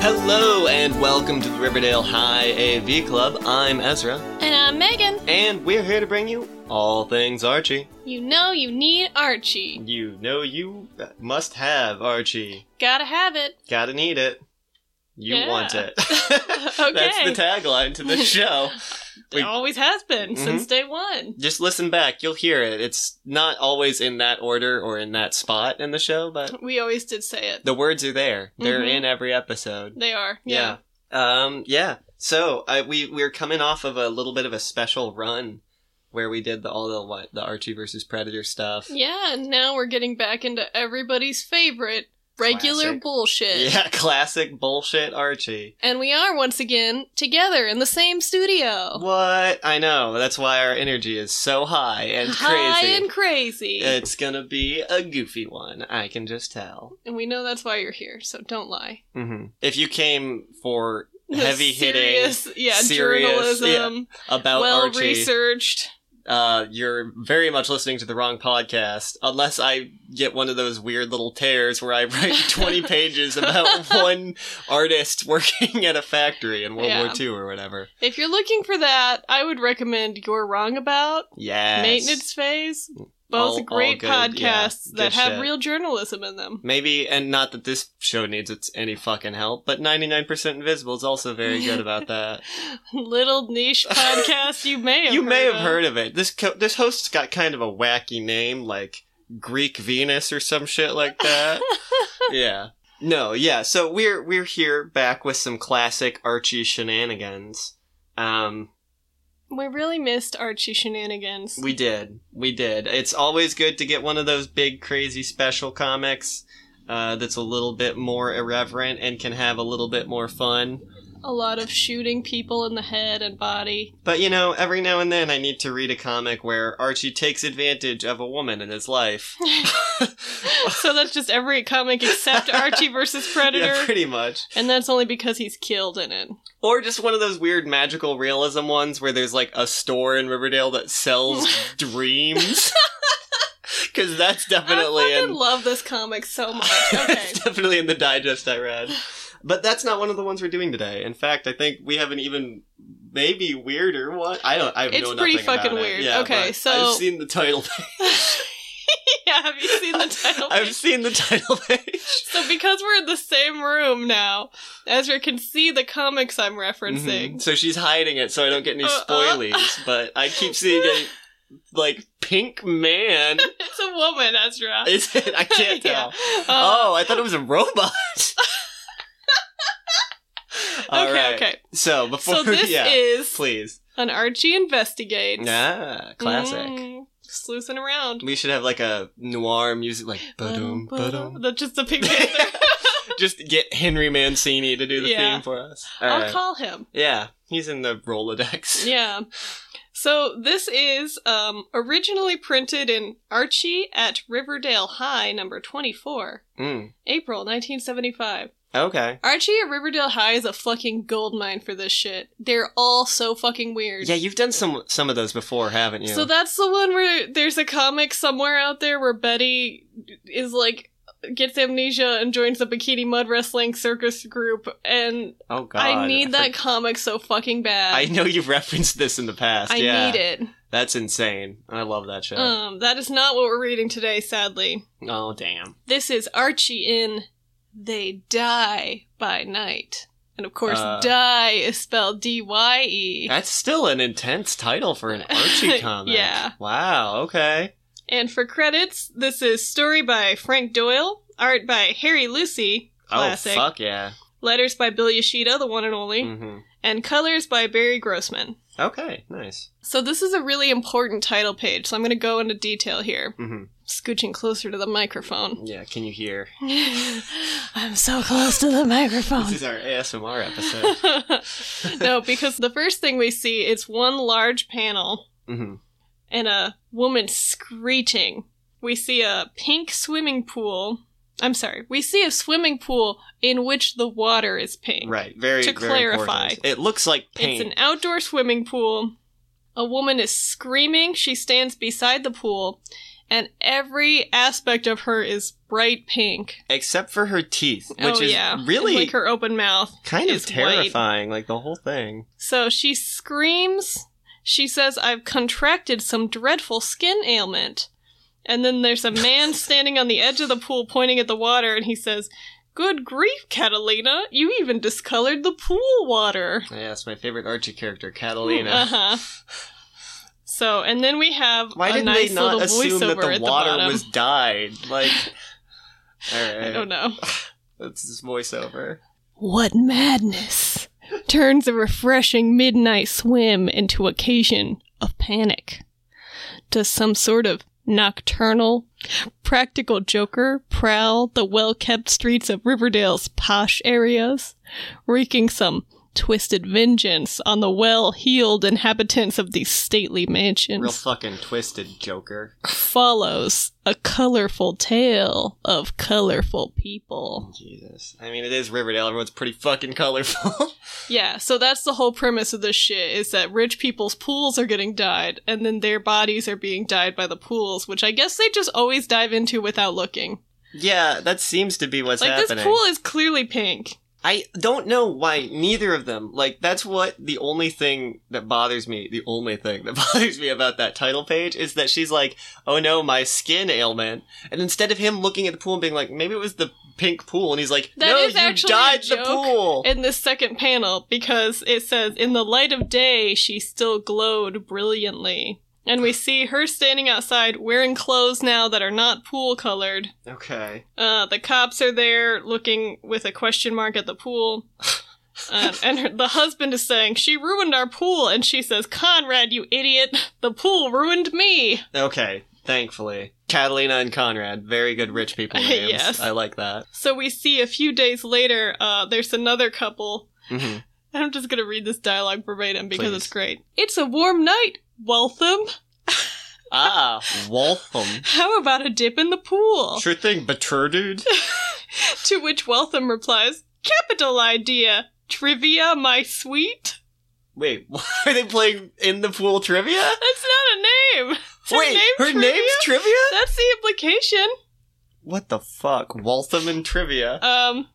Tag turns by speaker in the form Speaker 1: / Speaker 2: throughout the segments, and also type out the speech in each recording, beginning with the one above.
Speaker 1: Hello and welcome to the Riverdale High AV Club. I'm Ezra,
Speaker 2: And I'm Megan.
Speaker 1: and we're here to bring you all things Archie.
Speaker 2: You know you need Archie.
Speaker 1: You know you must have Archie.
Speaker 2: Gotta have it.
Speaker 1: Gotta need it. You
Speaker 2: Yeah.
Speaker 1: want it. That's the
Speaker 2: Okay.
Speaker 1: tagline to this show. We-
Speaker 2: It always has been
Speaker 1: Mhm.
Speaker 2: since day one.
Speaker 1: Just listen back, you'll hear it. It's not always in that order or in that spot in the show, but
Speaker 2: We always did say it.
Speaker 1: the words are there. They're
Speaker 2: Mhm.
Speaker 1: in every episode.
Speaker 2: They are.
Speaker 1: Yeah.
Speaker 2: Yeah.
Speaker 1: Um, yeah. So I, we we're coming off of a little bit of a special run where we did the, all the what the Archie versus Predator stuff.
Speaker 2: Yeah, and now we're getting back into everybody's favorite regular
Speaker 1: Classic.
Speaker 2: bullshit.
Speaker 1: Yeah, classic bullshit Archie.
Speaker 2: And we are once again together in the same studio.
Speaker 1: What I know. That's why our energy is so high and
Speaker 2: High
Speaker 1: crazy. Uh,
Speaker 2: and crazy.
Speaker 1: it's gonna be a goofy one. I can just tell.
Speaker 2: and we know that's why you're here, so don't lie.
Speaker 1: hmm If you came for
Speaker 2: The
Speaker 1: heavy hitting
Speaker 2: Mm-hmm. serious, yeah,
Speaker 1: serious,
Speaker 2: journalism,
Speaker 1: about
Speaker 2: well
Speaker 1: Archie,
Speaker 2: researched.
Speaker 1: uh, you're very much listening to the wrong podcast unless I get one of those weird little tears where I write 20 pages about one artist working at a factory in World War
Speaker 2: Yeah.
Speaker 1: II or whatever.
Speaker 2: If you're looking for that, I would recommend You're Wrong About,
Speaker 1: Yes.
Speaker 2: Maintenance Phase,
Speaker 1: All-
Speaker 2: both
Speaker 1: all
Speaker 2: great
Speaker 1: good,
Speaker 2: podcasts
Speaker 1: yeah, good
Speaker 2: that have
Speaker 1: shit.
Speaker 2: real journalism in them.
Speaker 1: Maybe, and not that this show needs its any fucking help, but 99% Invisible is also very good about that.
Speaker 2: Little niche podcast you may have
Speaker 1: you may have
Speaker 2: of.
Speaker 1: heard of it. This co- this host's got kind of a wacky name, like Greek Venus or some shit like that. yeah. No, yeah. So we're we're here back with some classic Archie shenanigans. Um,
Speaker 2: We really missed Archie shenanigans.
Speaker 1: we did, we did. It's always good to get one of those big crazy special comics. Uh, that's a little bit more irreverent and can have a little bit more fun.
Speaker 2: A lot of shooting people in the head and body.
Speaker 1: But you know, every now and then I need to read a comic where Archie takes advantage of a woman in his life.
Speaker 2: so that's just every comic except Archie versus Predator,
Speaker 1: Yeah, pretty much.
Speaker 2: and that's only because he's killed in it.
Speaker 1: Or just one of those weird magical realism ones where there's like a store in Riverdale that sells dreams. Because that's definitely
Speaker 2: I
Speaker 1: in
Speaker 2: fucking love this comic so much. Okay.
Speaker 1: it's definitely in the digest I read. But that's not one of the ones we're doing today. In fact, I think we have an even maybe weirder one. I don't. I
Speaker 2: It's
Speaker 1: know
Speaker 2: pretty
Speaker 1: nothing about
Speaker 2: fucking
Speaker 1: it.
Speaker 2: weird.
Speaker 1: Yeah,
Speaker 2: Okay,
Speaker 1: but
Speaker 2: so-
Speaker 1: I've seen the title.
Speaker 2: yeah, have you seen the title?
Speaker 1: I've seen the title page.
Speaker 2: So because we're in the same room now, Ezra can see the comics I'm referencing.
Speaker 1: Mhm. So she's hiding it so I don't get any
Speaker 2: Uh-uh.
Speaker 1: spoilies. But I keep seeing a like pink man.
Speaker 2: It's a woman, Ezra.
Speaker 1: Is it? I can't
Speaker 2: Yeah.
Speaker 1: tell.
Speaker 2: Uh,
Speaker 1: oh, I thought it was a robot. Oh, All
Speaker 2: okay,
Speaker 1: right.
Speaker 2: okay.
Speaker 1: So before,
Speaker 2: so this
Speaker 1: yeah,
Speaker 2: is
Speaker 1: please.
Speaker 2: an Archie investigates.
Speaker 1: Ah, classic.
Speaker 2: Mm, Sluicing around.
Speaker 1: We should have like a noir music, like ba-dum, ba-dum.
Speaker 2: That's just a Pink Panther.
Speaker 1: Just get Henry Mancini to do the
Speaker 2: Yeah.
Speaker 1: theme for us. All
Speaker 2: I'll
Speaker 1: right.
Speaker 2: call him.
Speaker 1: yeah, he's in the Rolodex.
Speaker 2: Yeah. So this is um, originally printed in Archie at Riverdale High, number 24,
Speaker 1: Mm.
Speaker 2: April 1975.
Speaker 1: Okay.
Speaker 2: Archie at Riverdale High is a fucking goldmine for this shit. They're all so fucking weird.
Speaker 1: Yeah, you've done some some of those before, haven't you?
Speaker 2: So that's the one where there's a comic somewhere out there where Betty is like gets amnesia and joins the bikini mud wrestling circus group and
Speaker 1: oh God,
Speaker 2: I need that
Speaker 1: for-
Speaker 2: comic so fucking bad.
Speaker 1: I know you've referenced this in the past.
Speaker 2: I
Speaker 1: yeah.
Speaker 2: need it.
Speaker 1: That's insane. I love that show.
Speaker 2: Um that is not what we're reading today, sadly.
Speaker 1: oh damn.
Speaker 2: This is Archie in They Die by Night. And of course
Speaker 1: Uh.
Speaker 2: die is spelled D Y E.
Speaker 1: That's still an intense title for an Archie comic.
Speaker 2: Yeah.
Speaker 1: Wow, okay.
Speaker 2: And for credits, this is story by Frank Doyle, art by Harry Lucy, classic,
Speaker 1: Oh, fuck yeah.
Speaker 2: letters by Bill Yoshida, the one and only,
Speaker 1: hmm
Speaker 2: and colors by Barry Grossman.
Speaker 1: Okay, nice.
Speaker 2: So this is a really important title page, so I'm going to go into detail here.
Speaker 1: hmm
Speaker 2: Scooching closer to the microphone.
Speaker 1: Yeah, can you hear?
Speaker 2: I'm so close to the
Speaker 1: This
Speaker 2: microphone.
Speaker 1: is our ASMR episode.
Speaker 2: no, because the first thing we see is one large panel
Speaker 1: hmm
Speaker 2: and a woman screeching. We see a pink swimming pool. I'm sorry. We see a swimming pool in which the water is pink.
Speaker 1: Right, very
Speaker 2: To
Speaker 1: very
Speaker 2: clarify.
Speaker 1: important. It looks like paint.
Speaker 2: It's an outdoor swimming pool. A woman is screaming. She stands beside the pool, and every aspect of her is bright pink.
Speaker 1: Except for her teeth, which
Speaker 2: oh
Speaker 1: is
Speaker 2: yeah, And,
Speaker 1: really
Speaker 2: like her open mouth.
Speaker 1: kind of
Speaker 2: is white.
Speaker 1: terrifying, like the whole thing.
Speaker 2: So she screams. She says, I've contracted some dreadful skin ailment. And then there's a man standing on the edge of the pool pointing at the water, and he says, Good grief, Catalina! You even discolored the pool water!
Speaker 1: Yeah, it's my favorite Archie character, Catalina.
Speaker 2: Uh huh. So, and then we have
Speaker 1: Why
Speaker 2: a
Speaker 1: didn't
Speaker 2: nice
Speaker 1: they not
Speaker 2: little
Speaker 1: assume that
Speaker 2: voiceover
Speaker 1: the
Speaker 2: at the
Speaker 1: water
Speaker 2: bottom.
Speaker 1: was dyed? Like, all right,
Speaker 2: I don't know.
Speaker 1: that's this voiceover.
Speaker 2: What madness turns a refreshing midnight swim into occasion of panic? Does some sort of nocturnal practical joker prowl the well kept streets of Riverdale's posh areas, wreaking some twisted vengeance on the well heeled inhabitants of these stately mansions?
Speaker 1: Real fucking twisted Joker.
Speaker 2: follows a colorful tale of colorful people.
Speaker 1: Jesus, I mean, it is Riverdale. Everyone's pretty fucking colorful.
Speaker 2: Yeah, so that's the whole premise of this shit is that rich people's pools are getting dyed, and then their bodies are being dyed by the pools, which I guess they just always dive into without looking.
Speaker 1: yeah, that seems to be what's
Speaker 2: like
Speaker 1: happening.
Speaker 2: this pool is clearly pink.
Speaker 1: I don't know why neither of them. Like that's what the only thing that bothers me, the only thing that bothers me about that title page is that she's like, "Oh no, my skin ailment." And instead of him looking at the pool and being like, "Maybe it was the pink pool." And he's like,
Speaker 2: That
Speaker 1: "No,
Speaker 2: is
Speaker 1: you
Speaker 2: actually a
Speaker 1: dyed the
Speaker 2: joke.
Speaker 1: pool."
Speaker 2: In this second panel, because it says, "In the light of day, she still glowed brilliantly," and we see her standing outside wearing clothes now that are not pool colored.
Speaker 1: okay.
Speaker 2: Uh, the cops are there looking with a question mark at the pool. Uh, and her, the husband is saying, She ruined our pool. And she says, Conrad, you idiot. The pool ruined me.
Speaker 1: Okay. Thankfully, Catalina and Conrad, very good rich people names.
Speaker 2: Yes.
Speaker 1: I like that.
Speaker 2: So we see a few days later, uh, there's another couple.
Speaker 1: hmm
Speaker 2: And I'm just going to read this dialogue verbatim because
Speaker 1: Please.
Speaker 2: it's great. It's a warm night, Waltham.
Speaker 1: Ah, Waltham.
Speaker 2: How about a dip in the pool?
Speaker 1: Sure thing, Batur dude.
Speaker 2: To which Waltham replies, Capital idea. Trivia, my sweet.
Speaker 1: Wait, are they playing in the pool trivia?
Speaker 2: That's not a name. Is her
Speaker 1: Wait,
Speaker 2: name
Speaker 1: her
Speaker 2: trivia?
Speaker 1: name's trivia?
Speaker 2: That's the implication.
Speaker 1: What the fuck? Waltham and trivia.
Speaker 2: Um,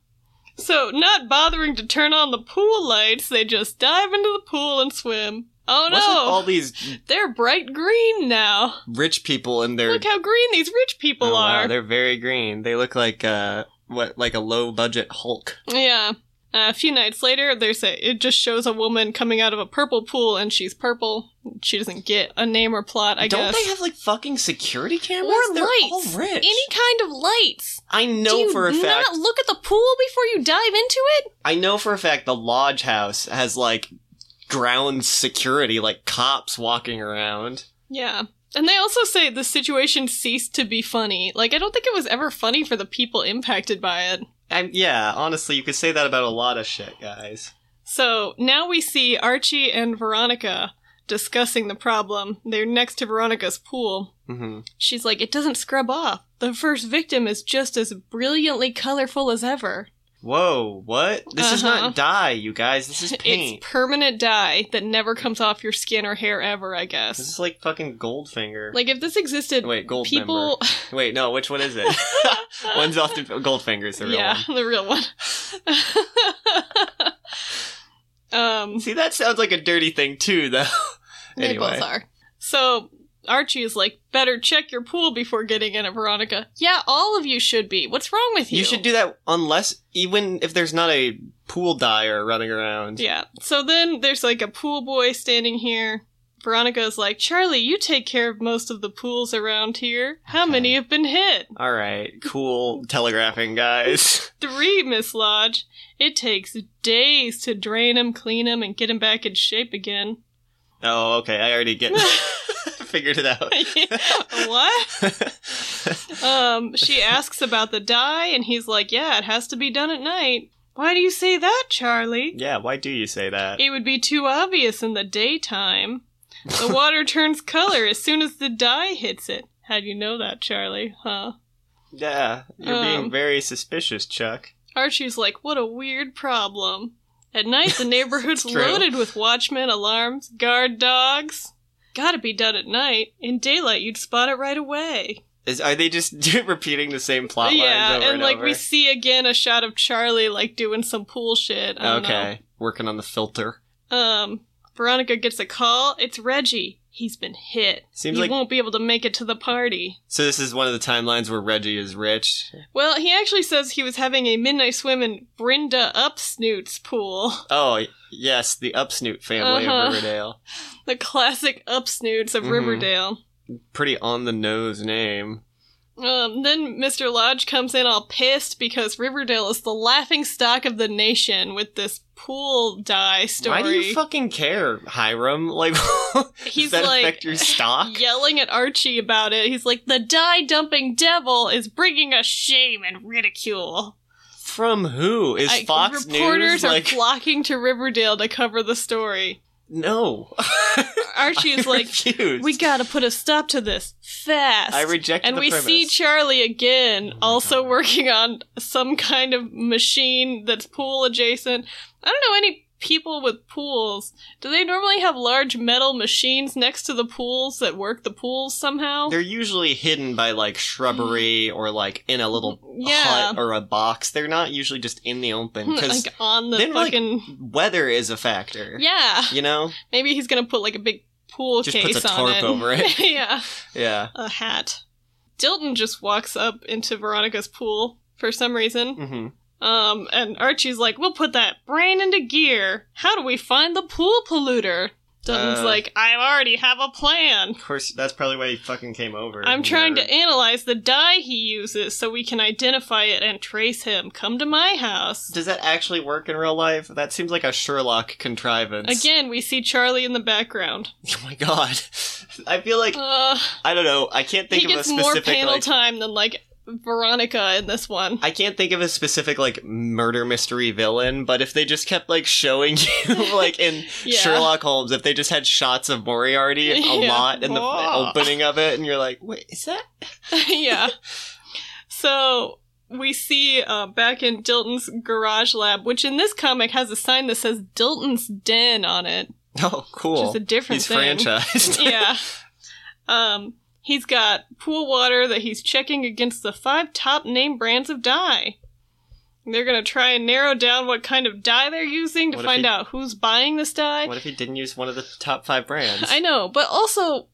Speaker 2: so not bothering to turn on the pool lights, they just dive into the pool and swim. Oh
Speaker 1: What's with
Speaker 2: no,
Speaker 1: all these
Speaker 2: they're bright green now.
Speaker 1: rich people and their
Speaker 2: Look how green these rich people
Speaker 1: Oh, wow,
Speaker 2: are.
Speaker 1: they're very green. They look like uh what like a low budget Hulk.
Speaker 2: yeah. Uh, a few nights later, there's a. It just shows a woman coming out of a purple pool, and she's purple. She doesn't get a name or plot, I
Speaker 1: Don't
Speaker 2: guess.
Speaker 1: they have like fucking security cameras?
Speaker 2: Or
Speaker 1: they're
Speaker 2: lights.
Speaker 1: all rich.
Speaker 2: Any kind of lights.
Speaker 1: I know
Speaker 2: Do you
Speaker 1: for a fact.
Speaker 2: not look at the pool before you dive into it?
Speaker 1: I know for a fact the lodge house has like ground security, like cops walking around.
Speaker 2: Yeah. And they also say the situation ceased to be funny. Like, I don't think it was ever funny for the people impacted by it.
Speaker 1: And yeah, honestly, you could say that about a lot of shit, guys.
Speaker 2: So now we see Archie and Veronica discussing the problem. They're next to Veronica's pool.
Speaker 1: hmm
Speaker 2: She's like, it doesn't scrub off. The first victim is just as brilliantly colorful as ever.
Speaker 1: Whoa, what? This is
Speaker 2: Uh-huh.
Speaker 1: not dye, you guys. This is paint.
Speaker 2: It's permanent dye that never comes off your skin or hair ever, I
Speaker 1: This
Speaker 2: guess.
Speaker 1: is like fucking Goldfinger.
Speaker 2: Like, if this existed,
Speaker 1: Wait, Goldmember.
Speaker 2: people.
Speaker 1: Wait, no, which one is it? One's off the Goldfinger's the real
Speaker 2: yeah,
Speaker 1: one.
Speaker 2: the real one. um,
Speaker 1: See, that sounds like a dirty thing too, though.
Speaker 2: they both
Speaker 1: anyway,
Speaker 2: are. So Archie is like, better check your pool before getting in it, Veronica. Yeah, all of you should be. What's wrong with you?
Speaker 1: you should do that unless even if there's not a pool dyer running around.
Speaker 2: Yeah. So then there's like a pool boy standing here. Veronica is like, Charlie, you take care of most of the pools around here. How
Speaker 1: Okay.
Speaker 2: many have been hit?
Speaker 1: All right, cool telegraphing guys.
Speaker 2: Three, Miss Lodge. It takes days to drain 'em, clean 'em, and get 'em back in shape again.
Speaker 1: Oh, okay, I already get figured it out.
Speaker 2: what? Um, she asks about the dye, and he's like, Yeah, it has to be done at night. Why do you say that, Charlie?
Speaker 1: yeah, why do you say that?
Speaker 2: It would be too obvious in the daytime. The water turns color as soon as the dye hits it. How do you know that, Charlie? Huh?
Speaker 1: yeah, you're being
Speaker 2: Um.
Speaker 1: very suspicious, Chuck.
Speaker 2: Archie's like, What a weird problem. At night, the neighborhood's
Speaker 1: It's true.
Speaker 2: loaded with watchmen, alarms, guard dogs. Gotta be done at night. In daylight, you'd spot it right away.
Speaker 1: Is, are they just repeating the same plot lines
Speaker 2: yeah,
Speaker 1: over
Speaker 2: and like
Speaker 1: over?
Speaker 2: we see again a shot of Charlie like doing some pool shit. I don't
Speaker 1: okay, working on the filter.
Speaker 2: Know. Um, Veronica gets a call. It's Reggie. He's been hit.
Speaker 1: Seems
Speaker 2: he
Speaker 1: like-
Speaker 2: won't be able to make it to the party.
Speaker 1: So this is one of the timelines where Reggie is rich.
Speaker 2: Well, he actually says he was having a midnight swim in Brenda Upsnoot's pool.
Speaker 1: Oh yes, the Upsnoot family
Speaker 2: Uh-huh.
Speaker 1: of Riverdale.
Speaker 2: The classic Upsnoots of
Speaker 1: Mhm.
Speaker 2: Riverdale.
Speaker 1: Pretty on the nose name.
Speaker 2: Um, then Mr. Lodge comes in all pissed because Riverdale is the laughing stock of the nation with this pool die
Speaker 1: Why
Speaker 2: story.
Speaker 1: do you fucking care, Hiram? Like,
Speaker 2: He's
Speaker 1: does that
Speaker 2: like,
Speaker 1: affect your stock?
Speaker 2: yelling at Archie about it. He's like, the die dumping devil is bringing us shame and ridicule.
Speaker 1: From who is
Speaker 2: I-
Speaker 1: Fox
Speaker 2: reporters
Speaker 1: News?
Speaker 2: are
Speaker 1: like,
Speaker 2: flocking to Riverdale to cover the story.
Speaker 1: no.
Speaker 2: Archie is
Speaker 1: I
Speaker 2: like,
Speaker 1: refuse.
Speaker 2: we gotta put a stop to this fast.
Speaker 1: I reject
Speaker 2: and
Speaker 1: the
Speaker 2: we
Speaker 1: premise.
Speaker 2: see Charlie again,
Speaker 1: Oh my
Speaker 2: also
Speaker 1: God.
Speaker 2: working on some kind of machine that's pool adjacent. I don't know any people with pools. Do they normally have large metal machines next to the pools that work the pools somehow?
Speaker 1: They're usually hidden by like shrubbery or like in a little
Speaker 2: Mm. Yeah.
Speaker 1: hut or a box. They're not usually just in the open because
Speaker 2: like on the
Speaker 1: they're like-
Speaker 2: fucking
Speaker 1: weather is a factor.
Speaker 2: yeah.
Speaker 1: You know?
Speaker 2: Maybe he's gonna put like a big pool
Speaker 1: Just
Speaker 2: case
Speaker 1: puts a
Speaker 2: on
Speaker 1: tarp
Speaker 2: it.
Speaker 1: over it.
Speaker 2: yeah,
Speaker 1: Yeah.
Speaker 2: a hat. Dilton just walks up into Veronica's pool for some reason.
Speaker 1: hmm
Speaker 2: Um, and Archie's like, we'll put that brain into gear. How do we find the pool polluter? Dutton's
Speaker 1: Uh.
Speaker 2: like, I already have a plan.
Speaker 1: Of course, that's probably why he fucking came over.
Speaker 2: I'm trying
Speaker 1: Nerd.
Speaker 2: to analyze the dye he uses so we can identify it and trace him. Come to my house.
Speaker 1: Does that actually work in real life? That seems like a Sherlock contrivance.
Speaker 2: Again, we see Charlie in the background.
Speaker 1: Oh my god. I feel like
Speaker 2: Uh,
Speaker 1: I don't know. I can't think
Speaker 2: he
Speaker 1: of a
Speaker 2: gets more
Speaker 1: specific
Speaker 2: panel
Speaker 1: like,
Speaker 2: time than like Veronica in this one.
Speaker 1: I can't think of a specific like murder mystery villain, but if they just kept like showing you like in
Speaker 2: Yeah.
Speaker 1: Sherlock Holmes, if they just had shots of Moriarty a
Speaker 2: Yeah.
Speaker 1: lot in the
Speaker 2: Oh.
Speaker 1: opening of it, and you're like, wait, is that?
Speaker 2: yeah. So we see uh, back in Dilton's garage lab, which in this comic has a sign that says Dilton's Den on it,
Speaker 1: Oh, cool.
Speaker 2: which is a different
Speaker 1: He's
Speaker 2: thing.
Speaker 1: franchised.
Speaker 2: yeah. Um, he's got pool water that he's checking against the five top name brands of dye. They're gonna try and narrow down what kind of dye they're using to
Speaker 1: What if
Speaker 2: find
Speaker 1: he-
Speaker 2: out who's buying this dye.
Speaker 1: what if he didn't use one of the top five brands?
Speaker 2: I know, but also,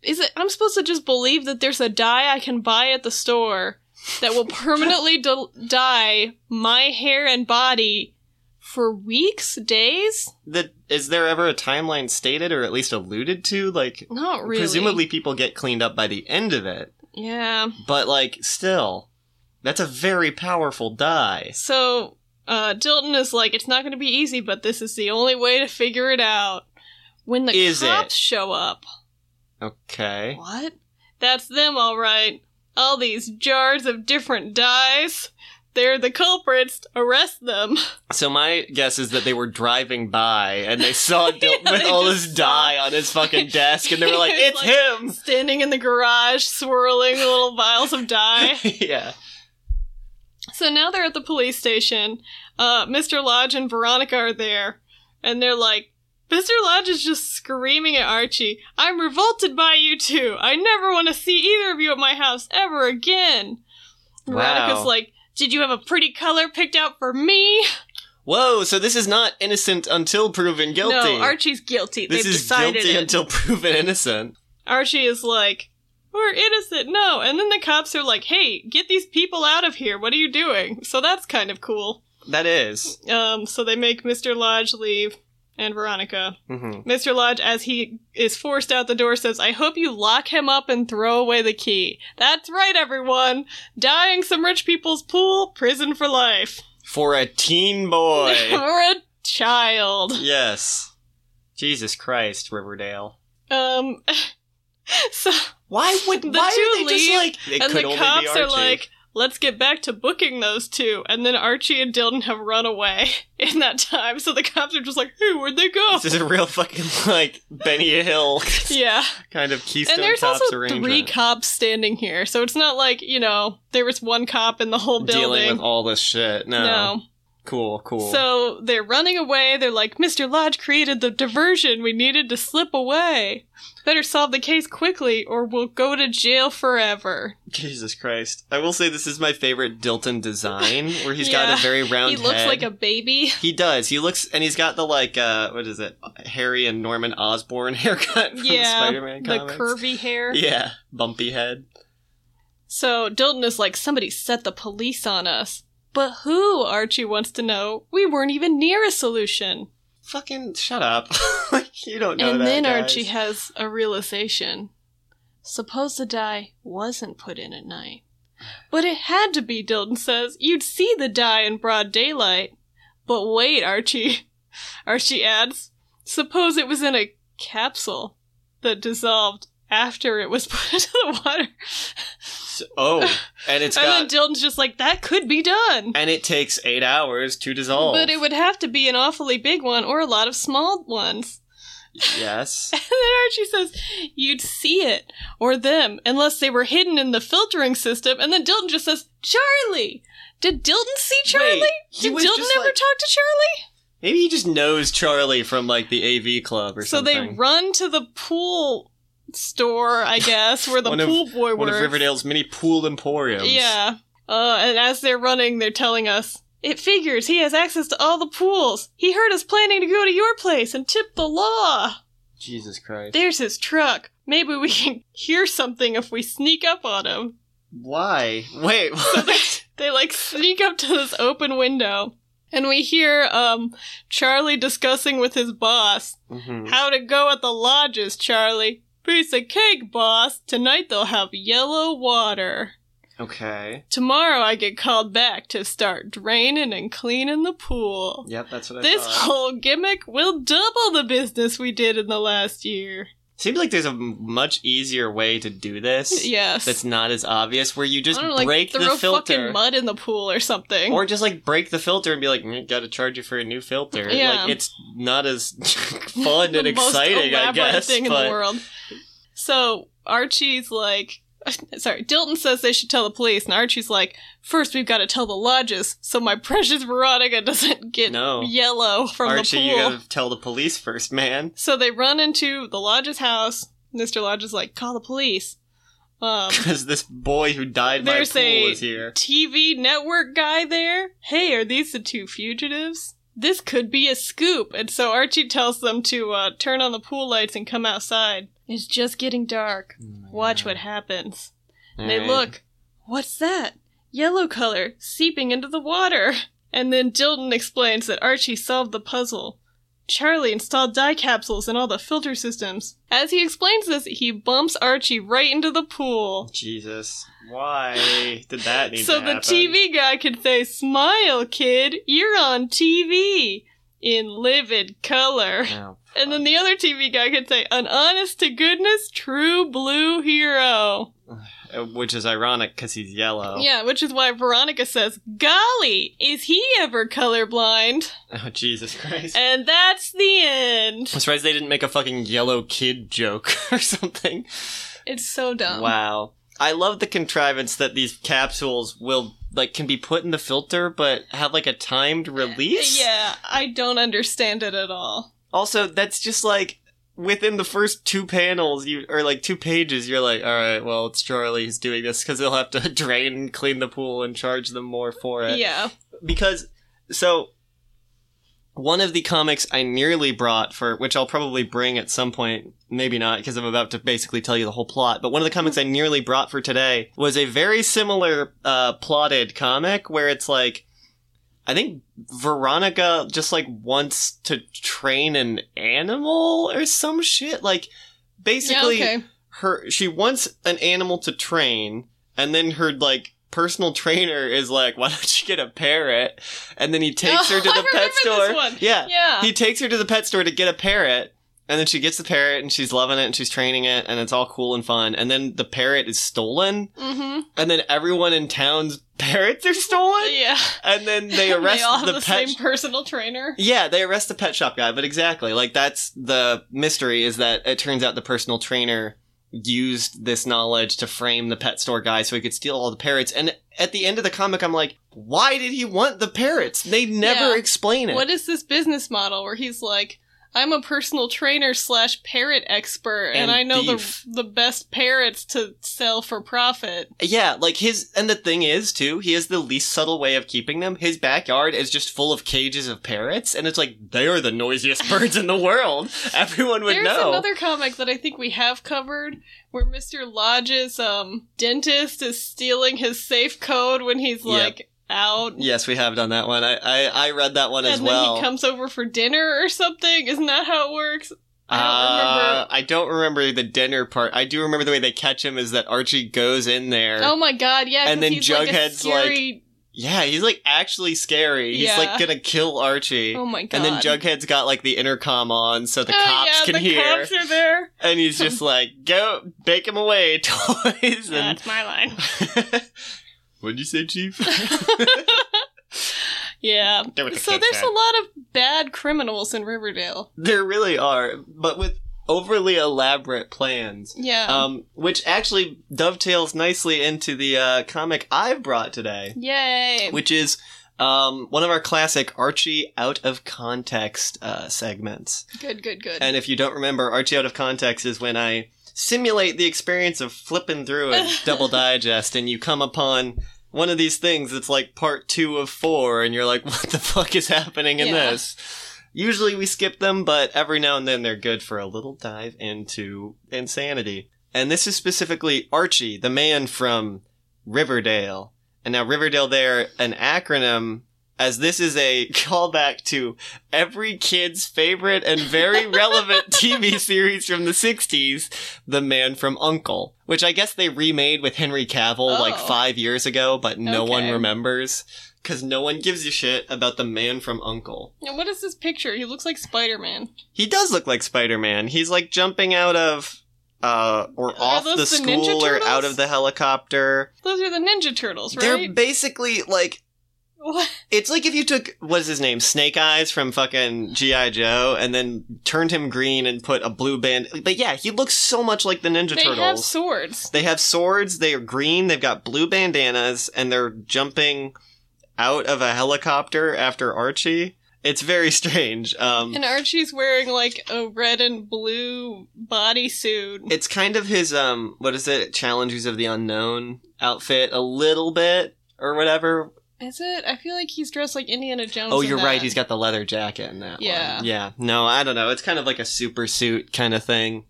Speaker 2: is it? I'm supposed to just believe that there's a dye I can buy at the store that will permanently d- dye my hair and body for weeks, days?
Speaker 1: The, is there ever a timeline stated or at least alluded to? Like,
Speaker 2: Not really.
Speaker 1: presumably people get cleaned up by the end of it,
Speaker 2: Yeah.
Speaker 1: but like, still, that's a very powerful die.
Speaker 2: So uh, Dilton is like, it's not going to be easy, but this is the only way to figure it out. When the
Speaker 1: Is
Speaker 2: cops
Speaker 1: it?
Speaker 2: show up,
Speaker 1: Okay.
Speaker 2: What? That's them, all right. All these jars of different dyes. They're the culprits. Arrest them.
Speaker 1: So my guess is that they were driving by and they saw Dilton with
Speaker 2: they
Speaker 1: all
Speaker 2: just
Speaker 1: his dye on his fucking desk, and they were like,
Speaker 2: He was
Speaker 1: "It's
Speaker 2: Standing in the garage, swirling little vials of dye.
Speaker 1: him." yeah.
Speaker 2: So now they're at the police station. Uh, Mr. Lodge and Veronica are there, and they're like, Mr. Lodge is just screaming at Archie, I'm revolted by you two. I never want to see either of you at my house ever again. Veronica's
Speaker 1: Wow.
Speaker 2: like, Did you have a pretty color picked out for me?
Speaker 1: Whoa. So this is not innocent until proven guilty.
Speaker 2: No, Archie's guilty.
Speaker 1: this
Speaker 2: They've
Speaker 1: is
Speaker 2: decided
Speaker 1: guilty
Speaker 2: it.
Speaker 1: until proven innocent.
Speaker 2: Archie is like, we're innocent, no. And then the cops are like, hey, get these people out of here. What are you doing? So that's kind of cool.
Speaker 1: That is.
Speaker 2: Um, so they make Mr. Lodge leave and Veronica.
Speaker 1: Mm-hmm.
Speaker 2: Mr. Lodge, as he is forced out the door, says, I hope you lock him up and throw away the key. That's right, everyone. Dying some rich people's pool, prison for life.
Speaker 1: For a teen boy.
Speaker 2: or a child.
Speaker 1: yes. Jesus Christ, Riverdale.
Speaker 2: Um, so.
Speaker 1: Why would
Speaker 2: The
Speaker 1: why
Speaker 2: two
Speaker 1: are they
Speaker 2: leave,
Speaker 1: just like it
Speaker 2: and
Speaker 1: could
Speaker 2: the
Speaker 1: only be
Speaker 2: cops are
Speaker 1: Archie.
Speaker 2: like, let's get back to booking those two. And then Archie and Dilton have run away in that time. So the cops are just like, hey, where'd they go?
Speaker 1: this is a real fucking like Benny Hill
Speaker 2: Yeah.
Speaker 1: kind of Keystone
Speaker 2: and there's
Speaker 1: Cops
Speaker 2: also
Speaker 1: arrangement.
Speaker 2: three cops standing here. So it's not like, you know, there was one cop in the whole building.
Speaker 1: dealing with all this shit. No.
Speaker 2: no.
Speaker 1: Cool, Oh, cool.
Speaker 2: So they're running away. They're like, Mr. Lodge created the diversion. We needed to slip away. Better solve the case quickly or we'll go to jail forever.
Speaker 1: Jesus Christ. I will say this is my favorite Dilton design, where he's got
Speaker 2: Yeah.
Speaker 1: a very round
Speaker 2: he looks
Speaker 1: head.
Speaker 2: like a baby.
Speaker 1: He does. He looks, and he's got the like, uh, what is it? Harry and Norman Osborn haircut from
Speaker 2: Yeah,
Speaker 1: Spider-Man
Speaker 2: The
Speaker 1: comics.
Speaker 2: curvy hair.
Speaker 1: Yeah, bumpy head.
Speaker 2: So Dilton is like, somebody set the police on us. But who? Archie wants to know. We weren't even near a solution.
Speaker 1: Fucking shut up. you don't know
Speaker 2: and
Speaker 1: that.
Speaker 2: then
Speaker 1: guys.
Speaker 2: Archie has a realization. Suppose the die wasn't put in at night. But it had to be, Dilton says. You'd see the die in broad daylight. But wait, Archie. Archie adds, suppose it was in a capsule that dissolved after it was put into the water.
Speaker 1: So- oh, and it's got,
Speaker 2: and then Dilton's just like, that could be done.
Speaker 1: and it takes eight hours to dissolve.
Speaker 2: But it would have to be an awfully big one or a lot of small ones.
Speaker 1: Yes.
Speaker 2: And then Archie says, You'd see it or them unless they were hidden in the filtering system. And then Dilton just says, Charlie! Did Dilton see Charlie?
Speaker 1: Wait, he
Speaker 2: Did
Speaker 1: was
Speaker 2: Dilton
Speaker 1: just
Speaker 2: ever
Speaker 1: like-
Speaker 2: talk to Charlie?
Speaker 1: Maybe he just knows Charlie from like the AV club or
Speaker 2: So
Speaker 1: something.
Speaker 2: they run to the pool store, I guess, where the
Speaker 1: One of-
Speaker 2: pool boy
Speaker 1: One
Speaker 2: works.
Speaker 1: of Riverdale's many pool emporiums.
Speaker 2: Yeah. Uh, and as they're running, they're telling us, it figures he has access to all the pools. He heard us planning to go to your place and tip the law.
Speaker 1: Jesus Christ.
Speaker 2: There's his truck. Maybe we can hear something if we sneak up on him.
Speaker 1: Why? Wait. what?
Speaker 2: They like sneak up to this open window. And we hear um Charlie discussing with his boss
Speaker 1: Mhm.
Speaker 2: how to go at the lodges, Charlie. Piece of cake, boss. Tonight they'll have yellow water.
Speaker 1: Okay.
Speaker 2: Tomorrow I get called back to start draining and cleaning the pool.
Speaker 1: Yep, that's what I
Speaker 2: This
Speaker 1: thought.
Speaker 2: whole gimmick will double the business we did in the last year.
Speaker 1: Seems like there's a m- much easier way to do this.
Speaker 2: Yes.
Speaker 1: That's not as obvious, where you just
Speaker 2: I don't know, like
Speaker 1: break
Speaker 2: throw
Speaker 1: the filter,
Speaker 2: fucking mud in the pool or something.
Speaker 1: or just like break the filter and be like, mm, "Got to charge you for a new filter."
Speaker 2: Yeah.
Speaker 1: Like it's not as fun
Speaker 2: The
Speaker 1: and
Speaker 2: most
Speaker 1: exciting, I
Speaker 2: elaborate
Speaker 1: guess.
Speaker 2: Thing in the
Speaker 1: but
Speaker 2: world. So Archie's like, sorry, Dilton says they should tell the police, and Archie's like, first we've got to tell the lodges so my precious Veronica doesn't get
Speaker 1: No.
Speaker 2: yellow from
Speaker 1: Archie,
Speaker 2: the
Speaker 1: you
Speaker 2: pool.
Speaker 1: gotta tell the police first, man.
Speaker 2: So they run into the lodge's house. Mr. Lodge is like, call the police. Um,
Speaker 1: Because this boy who died by
Speaker 2: There's
Speaker 1: pool
Speaker 2: a-
Speaker 1: is here.
Speaker 2: TV network guy there. Hey, are these the two fugitives? This could be a scoop. And so Archie tells them to uh, turn on the pool lights and come outside. It's just getting dark. Watch what happens. And they
Speaker 1: Alright.
Speaker 2: look. What's that? Yellow color seeping into the water. And then Dilton explains that Archie solved the puzzle. Charlie installed dye capsules in all the filter systems. As he explains this, he bumps Archie right into the pool.
Speaker 1: Jesus, why did that need
Speaker 2: So
Speaker 1: to
Speaker 2: the
Speaker 1: happen?
Speaker 2: TV guy could say, Smile, kid, you're on TV in livid color.
Speaker 1: Oh,
Speaker 2: And then the other TV guy could say, An honest to goodness, true blue hero.
Speaker 1: Uh, which is ironic because he's yellow.
Speaker 2: Yeah, which is why Veronica says, Golly, is he ever colorblind?
Speaker 1: Oh Jesus Christ!
Speaker 2: And that's the end.
Speaker 1: I'm surprised they didn't make a fucking yellow kid joke or something.
Speaker 2: It's so dumb.
Speaker 1: Wow. I love the contrivance that these capsules will like can be put in the filter but have like a timed release.
Speaker 2: Yeah, I don't understand it at all.
Speaker 1: Also, that's just like within the first two panels you or like two pages you're like, "All right, well, it's Charlie who's doing this cuz he'll have to drain and clean the pool and charge them more for it."
Speaker 2: Yeah.
Speaker 1: because so one of the comics I nearly brought for which I'll probably bring at some point, maybe not because I'm about to basically tell you the whole plot, but one of the comics I nearly brought for today was a very similar uh plotted comic where it's like I think Veronica just like wants to train an animal or some shit like basically
Speaker 2: yeah, okay.
Speaker 1: her she wants an animal to train and then her like personal trainer is like why don't you get a parrot and then he takes her to
Speaker 2: I
Speaker 1: the pet
Speaker 2: remember this
Speaker 1: store
Speaker 2: one.
Speaker 1: yeah
Speaker 2: Yeah.
Speaker 1: uh, he takes her to the pet store to get a parrot and then she gets the parrot and she's loving it and she's training it and it's all cool and fun and then the parrot is stolen
Speaker 2: mm-hmm.
Speaker 1: and then everyone in town's parrots are stolen
Speaker 2: Yeah.
Speaker 1: and then they arrest
Speaker 2: all have
Speaker 1: the,
Speaker 2: the,
Speaker 1: pet
Speaker 2: same personal trainer.
Speaker 1: yeah, they arrest the pet shop guy, but exactly. Like that's the mystery is that it turns out the personal trainer used this knowledge to frame the pet store guy so he could steal all the parrots. And at the end of the comic, I'm like, why did he want the parrots? They never
Speaker 2: Yeah.
Speaker 1: explain it.
Speaker 2: What is this business model where he's like, I'm a personal trainer slash parrot expert,
Speaker 1: And
Speaker 2: and, I know
Speaker 1: thief."
Speaker 2: the the best parrots to sell for profit.
Speaker 1: yeah, like his. And the thing is, too, he has the least subtle way of keeping them. His backyard is just full of cages of parrots, and it's like, they are the noisiest birds in the world. Everyone would
Speaker 2: There's
Speaker 1: know.
Speaker 2: another comic that I think we have covered where Mr. Lodge's um, dentist is stealing his safe code when
Speaker 1: Yep.
Speaker 2: he's like out.
Speaker 1: Yes, we have done that one. I, I, I read that one
Speaker 2: And
Speaker 1: as
Speaker 2: then
Speaker 1: well.
Speaker 2: he comes over for dinner or something. Isn't that how it works?
Speaker 1: Uh, I don't remember the dinner part. I do remember the way they catch him is that Archie goes in there.
Speaker 2: Oh my god, yeah.
Speaker 1: Er. And
Speaker 2: 'cause
Speaker 1: then
Speaker 2: he's like, a
Speaker 1: Jughead's like-
Speaker 2: scary-
Speaker 1: Yeah, he's like actually scary. He's
Speaker 2: Yeah.
Speaker 1: like gonna kill Archie.
Speaker 2: oh my god.
Speaker 1: and then Jughead's got like the intercom on so the
Speaker 2: Oh,
Speaker 1: cops
Speaker 2: yeah,
Speaker 1: can
Speaker 2: the
Speaker 1: hear.
Speaker 2: cops are there.
Speaker 1: And he's just like, go bake him away, toys. And
Speaker 2: That's my line.
Speaker 1: what'd you say, Chief?
Speaker 2: Yeah.
Speaker 1: That was the
Speaker 2: So
Speaker 1: kid
Speaker 2: there's
Speaker 1: said.
Speaker 2: a lot of bad criminals in Riverdale.
Speaker 1: there really are, but with overly elaborate plans.
Speaker 2: Yeah.
Speaker 1: Um, which actually dovetails nicely into the uh, comic I've brought today.
Speaker 2: Yay.
Speaker 1: which is um, one of our classic Archie out of context uh, segments.
Speaker 2: good, good, good.
Speaker 1: And if you don't remember, Archie out of context is when I simulate the experience of flipping through a double digest and you come upon one of these things that's like part two of four and you're like, what the fuck is happening in
Speaker 2: Yeah.
Speaker 1: this? Usually we skip them, but every now and then they're good for a little dive into insanity. And this is specifically Archie, the man from Riverdale. And now Riverdale there, an acronym, as this is a callback to every kid's favorite and very relevant TV series from the 60s, The Man from Uncle, which I guess they remade with Henry Cavill like
Speaker 2: Oh.
Speaker 1: five years ago, but no one
Speaker 2: Okay.
Speaker 1: remembers because no one gives a shit about The Man from Uncle.
Speaker 2: And what is this picture? He looks like Spider Man.
Speaker 1: He does look like Spider-Man. He's like jumping out of uh or off the
Speaker 2: those the Ninja
Speaker 1: school or out
Speaker 2: Turtles?
Speaker 1: of the helicopter.
Speaker 2: Those are the Ninja Turtles,
Speaker 1: They're
Speaker 2: right?
Speaker 1: basically like
Speaker 2: What?
Speaker 1: it's like if you took what's his name, Snake Eyes from fucking GI Joe, and then turned him green and put a blue band. But yeah, he looks so much like the Ninja
Speaker 2: They
Speaker 1: Turtles.
Speaker 2: have swords.
Speaker 1: they have swords. They are green. They've got blue bandanas, and they're jumping out of a helicopter after Archie. It's very strange. Um,
Speaker 2: And Archie's wearing like a red and blue bodysuit.
Speaker 1: it's kind of his um what is it challenges of the unknown outfit a little bit or whatever
Speaker 2: Is it? I feel like he's dressed like Indiana Jones.
Speaker 1: oh
Speaker 2: in
Speaker 1: you're right
Speaker 2: that.
Speaker 1: he's got the leather jacket in that
Speaker 2: Yeah.
Speaker 1: one. yeah no i don't know it's kind of like a super suit kind of thing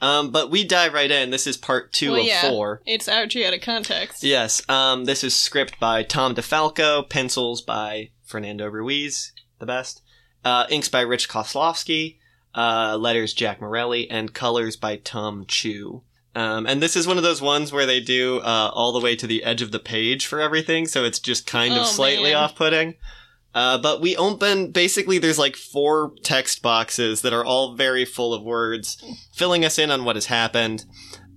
Speaker 1: um but we dive right in this is part two
Speaker 2: Well,
Speaker 1: of
Speaker 2: yeah.
Speaker 1: four
Speaker 2: It's Archie out of context.
Speaker 1: yes um this is script by tom defalco pencils by fernando ruiz the best uh inks by rich Koslovsky, uh letters jack morelli and colors by tom chu Um, and this is one of those ones where they do uh, all the way to the edge of the page for everything, so it's just kind of
Speaker 2: Oh,
Speaker 1: slightly
Speaker 2: man.
Speaker 1: off putting. Uh, but we open basically there's like four text boxes that are all very full of words, filling us in on what has happened.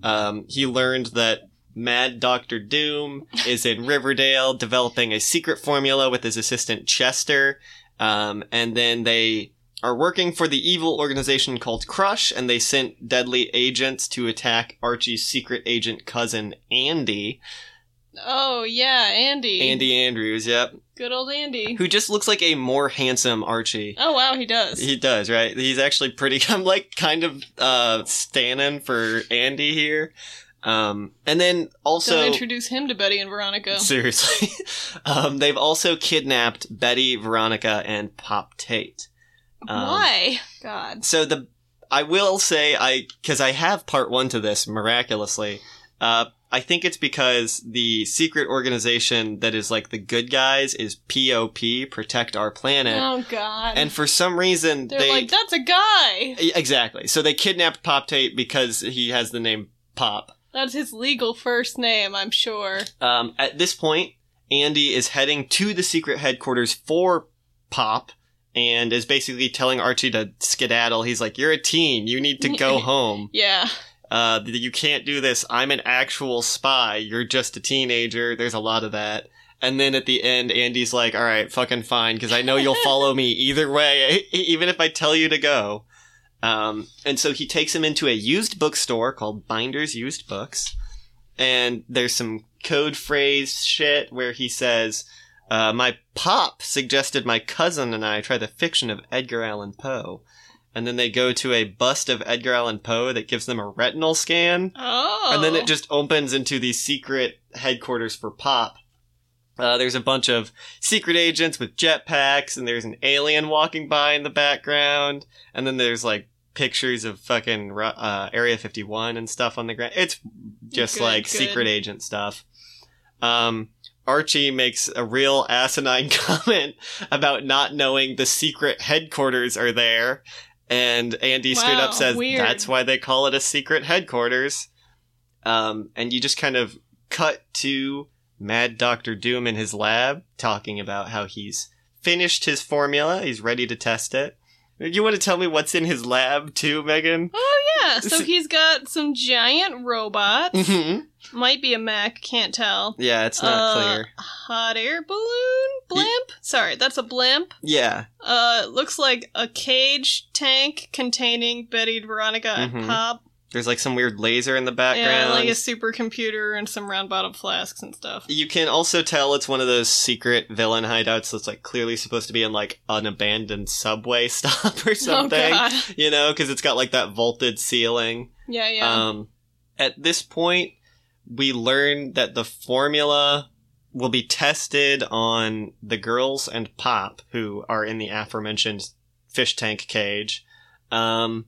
Speaker 1: Um, he learned that Mad Doctor Doom is in Riverdale developing a secret formula with his assistant Chester. Um, and then they are working for the evil organization called Crush, and they sent deadly agents to attack Archie's secret agent cousin, Andy.
Speaker 2: Oh yeah, Andy.
Speaker 1: Andy Andrews, yep.
Speaker 2: Good old Andy.
Speaker 1: Who just looks like a more handsome Archie.
Speaker 2: Oh wow, he does.
Speaker 1: He does, right? He's actually pretty. I'm like kind of uh, standing for Andy here. Um, and then also.
Speaker 2: Don't introduce him to Betty and Veronica.
Speaker 1: Seriously. um, they've also kidnapped Betty, Veronica, and Pop Tate. Um,
Speaker 2: Why? God.
Speaker 1: So the I will say I because I have part one to this miraculously. Uh, I think it's because the secret organization that is like the good guys is POP, Protect Our Planet,
Speaker 2: Oh God.
Speaker 1: and for some reason
Speaker 2: they're
Speaker 1: they E,
Speaker 2: like, that's a guy.
Speaker 1: exactly. So they kidnapped Pop Tate because he has the name Pop.
Speaker 2: That's his legal first name, I'm sure.
Speaker 1: Um, at this point, Andy is heading to the secret headquarters for Pop and is basically telling Archie to skedaddle. He's like, You're a teen. You need to go home.
Speaker 2: Yeah.
Speaker 1: Uh, th- you can't do this. I'm an actual spy. You're just a teenager. There's a lot of that. And then at the end, Andy's like, e-, All right, fucking fine, because I know you'll follow me either way, even if I tell you to go. Um, and so he takes him into a used bookstore called Binder's Used Books. And there's some code phrase shit where he says, uh, My pop suggested my cousin and I try the fiction of Edgar Allan Poe. And then they go to a bust of Edgar Allan Poe that gives them a retinal scan.
Speaker 2: Oh.
Speaker 1: And then it just opens into the secret headquarters for Pop. Uh, there's a bunch of secret agents with jetpacks, and there's an alien walking by in the background. And then there's like pictures of fucking Ru- uh, Area 51 and stuff on the ground. It's just
Speaker 2: Good,
Speaker 1: like
Speaker 2: good.
Speaker 1: secret agent stuff. Um, Archie makes a real asinine comment about not knowing the secret headquarters are there. And Andy straight
Speaker 2: Wow,
Speaker 1: up says,
Speaker 2: weird.
Speaker 1: That's why they call it a secret headquarters. Um, and you just kind of cut to Mad Doctor Doom in his lab talking about how he's finished his formula, he's ready to test it. You want to tell me what's in his lab too, Megan?
Speaker 2: Oh yeah, so
Speaker 1: This-
Speaker 2: he's got some giant robots.
Speaker 1: hmm
Speaker 2: Might be a Mac, can't tell.
Speaker 1: Yeah, it's not
Speaker 2: Uh,
Speaker 1: clear.
Speaker 2: Hot air balloon blimp. Sorry, that's a blimp.
Speaker 1: Yeah.
Speaker 2: Uh, looks like a cage tank containing Betty, Veronica, and
Speaker 1: Mhm.
Speaker 2: Pop.
Speaker 1: There's like some weird laser in the
Speaker 2: Yeah,
Speaker 1: background.
Speaker 2: like a supercomputer and some round bottom flasks and stuff.
Speaker 1: you can also tell it's one of those secret villain hideouts that's like clearly supposed to be in like an abandoned subway stop or something.
Speaker 2: Oh god.
Speaker 1: you know, because it's got like that vaulted ceiling.
Speaker 2: Yeah, yeah.
Speaker 1: Um, at this point, we learn that the formula will be tested on the girls and Pop, who are in the aforementioned fish tank cage, um,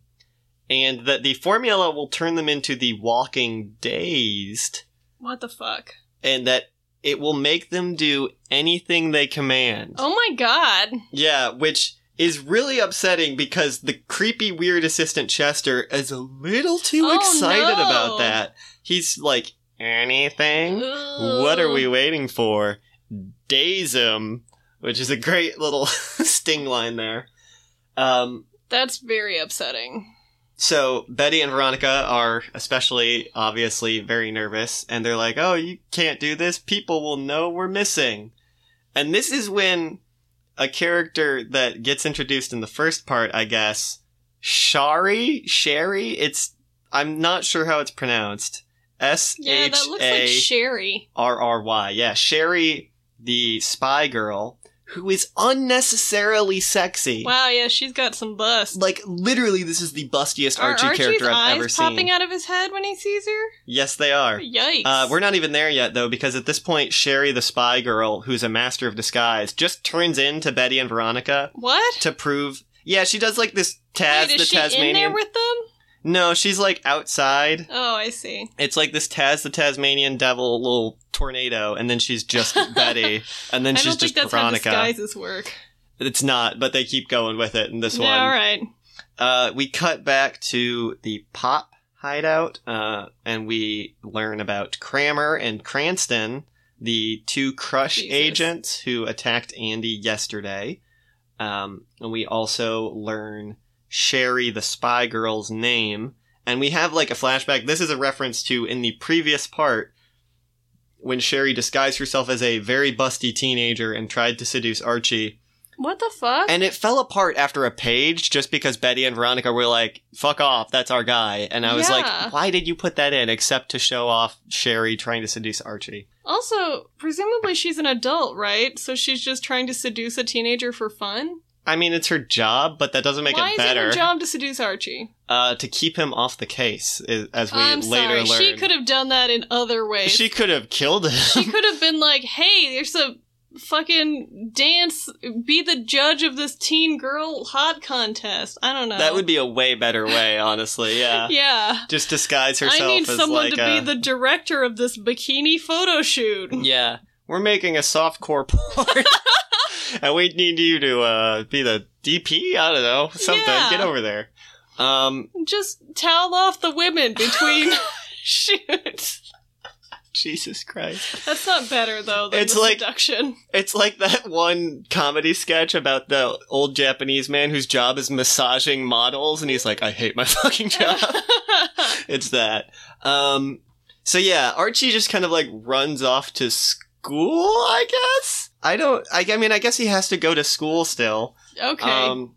Speaker 1: and that the formula will turn them into the walking dazed,
Speaker 2: what the fuck?
Speaker 1: and that it will make them do anything they command.
Speaker 2: Oh my god.
Speaker 1: Yeah, which is really upsetting because the creepy weird assistant Chester is a little too
Speaker 2: Oh,
Speaker 1: excited
Speaker 2: no.
Speaker 1: about that. He's like, anything? What are we waiting for? Daze him, which is a great little sting line there. Um,
Speaker 2: That's very upsetting.
Speaker 1: so Betty and Veronica are especially obviously very nervous and they're like, "Oh, you can't do this. People will know we're missing." And this is when a character that gets introduced in the first part, I guess, Shari, Sherry, it's I'm not sure how it's pronounced. S
Speaker 2: Yeah,
Speaker 1: H
Speaker 2: that looks like
Speaker 1: A
Speaker 2: Sherry.
Speaker 1: R R Y. Yeah, Sherry the spy girl who is unnecessarily sexy.
Speaker 2: Wow, yeah, she's got some bust.
Speaker 1: Like literally this is the bustiest
Speaker 2: Are
Speaker 1: Archie
Speaker 2: Archie's
Speaker 1: character
Speaker 2: eyes
Speaker 1: I've ever seen.
Speaker 2: popping out of his head when he sees her?
Speaker 1: Yes, they are.
Speaker 2: Yikes.
Speaker 1: Uh, we're not even there yet, though, because at this point, Sherry the spy girl, who's a master of disguise, just turns in to Betty and Veronica
Speaker 2: What?
Speaker 1: to prove. Yeah, she does like this Taz
Speaker 2: Wait,
Speaker 1: the
Speaker 2: is she
Speaker 1: Tasmanian.
Speaker 2: in there with them?
Speaker 1: no, she's like outside.
Speaker 2: Oh, I see.
Speaker 1: It's like this Taz the Tasmanian devil little tornado, and then she's just Betty, and then
Speaker 2: I
Speaker 1: she's
Speaker 2: don't think
Speaker 1: just
Speaker 2: that's
Speaker 1: Veronica.
Speaker 2: how disguises work.
Speaker 1: It's not, but they keep going with it in this
Speaker 2: Yeah,
Speaker 1: one.
Speaker 2: all right.
Speaker 1: Uh, we cut back to the pop hideout, uh, and we learn about Kramer and Cranston, the two Crush
Speaker 2: Jesus.
Speaker 1: agents who attacked Andy yesterday. Um, and we also learn Sherry, the spy girl's name. And we have like a flashback. This is a reference to in the previous part when Sherry disguised herself as a very busty teenager and tried to seduce Archie.
Speaker 2: What the fuck?
Speaker 1: And it fell apart after a page just because Betty and Veronica were like, fuck off, that's our guy. And I was
Speaker 2: Yeah.
Speaker 1: like, why did you put that in except to show off Sherry trying to seduce Archie?
Speaker 2: also, presumably she's an adult, right? So she's just trying to seduce a teenager for fun?
Speaker 1: I mean, it's her job, but that doesn't make
Speaker 2: Why
Speaker 1: it
Speaker 2: is it
Speaker 1: better.
Speaker 2: her job to seduce Archie?
Speaker 1: uh, to keep him off the case, i- as we
Speaker 2: I'm
Speaker 1: later
Speaker 2: sorry. She
Speaker 1: learn.
Speaker 2: could have done that in other ways.
Speaker 1: She could have killed him.
Speaker 2: she could have been like, "Hey, there's a fucking dance. Be the judge of this teen girl hot contest." I don't know.
Speaker 1: that would be a way better way, honestly, yeah.
Speaker 2: yeah.
Speaker 1: Just disguise herself
Speaker 2: I need
Speaker 1: as
Speaker 2: someone
Speaker 1: like
Speaker 2: to
Speaker 1: a.
Speaker 2: be the director of this bikini photo shoot.
Speaker 1: Yeah. We're making a softcore porn. and we need you to uh, be the DP? I don't know. Something.
Speaker 2: Yeah.
Speaker 1: Get over there. Um,
Speaker 2: Just towel off the women between shoots.
Speaker 1: Jesus Christ.
Speaker 2: That's not better though. Than
Speaker 1: It's
Speaker 2: the
Speaker 1: like-
Speaker 2: seduction.
Speaker 1: It's like that one comedy sketch about the old Japanese man whose job is massaging models, and he's like, I hate my fucking job. it's that. Um, so yeah, Archie just kind of like runs off to school, I guess? I don't, I, I mean, I guess he has to go to school still.
Speaker 2: okay.
Speaker 1: Um,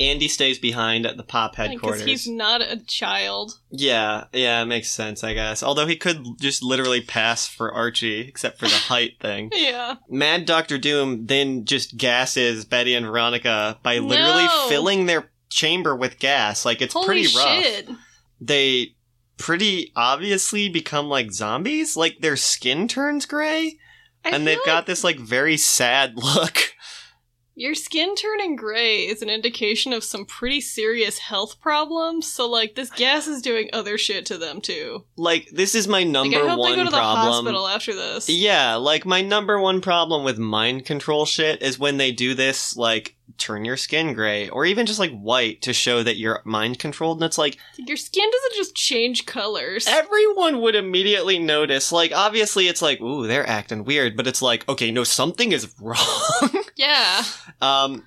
Speaker 1: Andy stays behind at the pop
Speaker 2: Because
Speaker 1: headquarters.
Speaker 2: he's not a child.
Speaker 1: Yeah, yeah, it makes sense, I guess. Although he could just literally pass for Archie, except for the height thing.
Speaker 2: Yeah.
Speaker 1: Mad Doctor Doom then just gasses Betty and Veronica by literally
Speaker 2: No.
Speaker 1: filling their chamber with gas. Like it's
Speaker 2: Holy
Speaker 1: pretty rough.
Speaker 2: shit.
Speaker 1: They pretty obviously become like zombies. Like their skin turns gray,
Speaker 2: I
Speaker 1: and
Speaker 2: feel
Speaker 1: they've
Speaker 2: like
Speaker 1: got this like very sad look.
Speaker 2: your skin turning gray is an indication of some pretty serious health problems. So like this gas is doing other shit to them too.
Speaker 1: Like this is my number
Speaker 2: like I hope
Speaker 1: one
Speaker 2: they go to the
Speaker 1: problem.
Speaker 2: hospital after this.
Speaker 1: Yeah, like my number one problem with mind control shit is when they do this, like turn your skin gray or even just like white to show that you're mind controlled. And it's like
Speaker 2: Your skin doesn't just change colors.
Speaker 1: everyone would immediately notice. Like obviously, it's like ooh, they're acting weird, but it's like okay, no, something is wrong.
Speaker 2: yeah.
Speaker 1: um,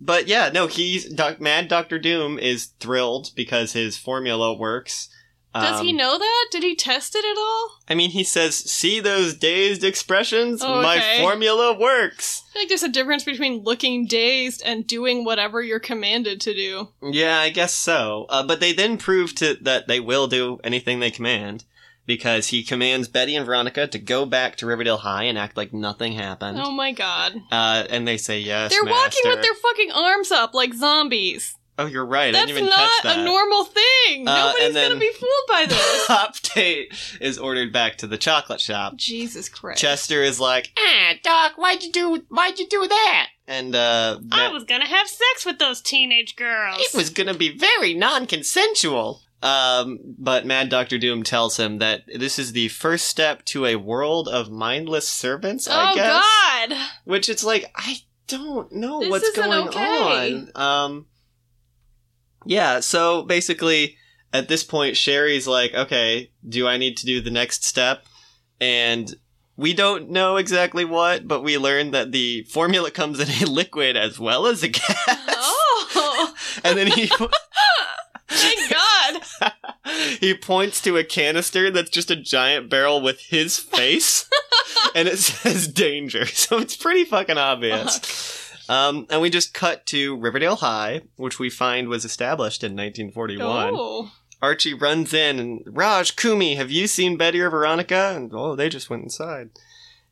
Speaker 1: but yeah, no, he's Doc, Mad Doctor Doom is thrilled because his formula works.
Speaker 2: Does he
Speaker 1: Um,
Speaker 2: know that? Did he test it at all?
Speaker 1: I mean, he says, "See those dazed expressions?
Speaker 2: Oh,
Speaker 1: My
Speaker 2: okay.
Speaker 1: formula works."
Speaker 2: I feel like there's a difference between looking dazed and doing whatever you're commanded to do.
Speaker 1: Yeah, I guess so. Uh, but they then prove to that they will do anything they command because he commands Betty and Veronica to go back to Riverdale High and act like nothing happened.
Speaker 2: Oh my god.
Speaker 1: Uh, and they say yes.
Speaker 2: They're walking with
Speaker 1: master."
Speaker 2: their fucking arms up like zombies.
Speaker 1: Oh, you're right. I
Speaker 2: That's
Speaker 1: didn't even
Speaker 2: not
Speaker 1: catch that.
Speaker 2: a normal thing.
Speaker 1: Uh,
Speaker 2: Nobody's
Speaker 1: and then-
Speaker 2: gonna be fooled by this.
Speaker 1: Pop date is ordered back to the chocolate shop.
Speaker 2: Jesus Christ.
Speaker 1: Chester is like,
Speaker 3: Ah, Doc, why'd you do why'd you do that?
Speaker 1: and uh,
Speaker 3: I
Speaker 1: that-
Speaker 3: was gonna have sex with those teenage girls.
Speaker 1: it was gonna be very non-consensual. Um, but Mad Doctor Doom tells him that this is the first step to a world of mindless servants. I
Speaker 2: oh
Speaker 1: guess.
Speaker 2: god.
Speaker 1: Which it's like I don't know
Speaker 2: This
Speaker 1: what's
Speaker 2: isn't
Speaker 1: going
Speaker 2: okay.
Speaker 1: on. Um, yeah. So basically, at this point, Sherry's like, "Okay, do I need to do the next step?" And we don't know exactly what, but we learned that the formula comes in a liquid as well as a gas.
Speaker 2: Oh
Speaker 1: And then he
Speaker 2: thank god.
Speaker 1: he points to a canister that's just a giant barrel with his face, and it says danger. So it's pretty fucking obvious. Um, and we just cut to Riverdale High, which we find was established in 1941.
Speaker 2: Oh.
Speaker 1: Archie runs in and Raj, Kumi, have you seen Betty or Veronica? And oh, they just went inside.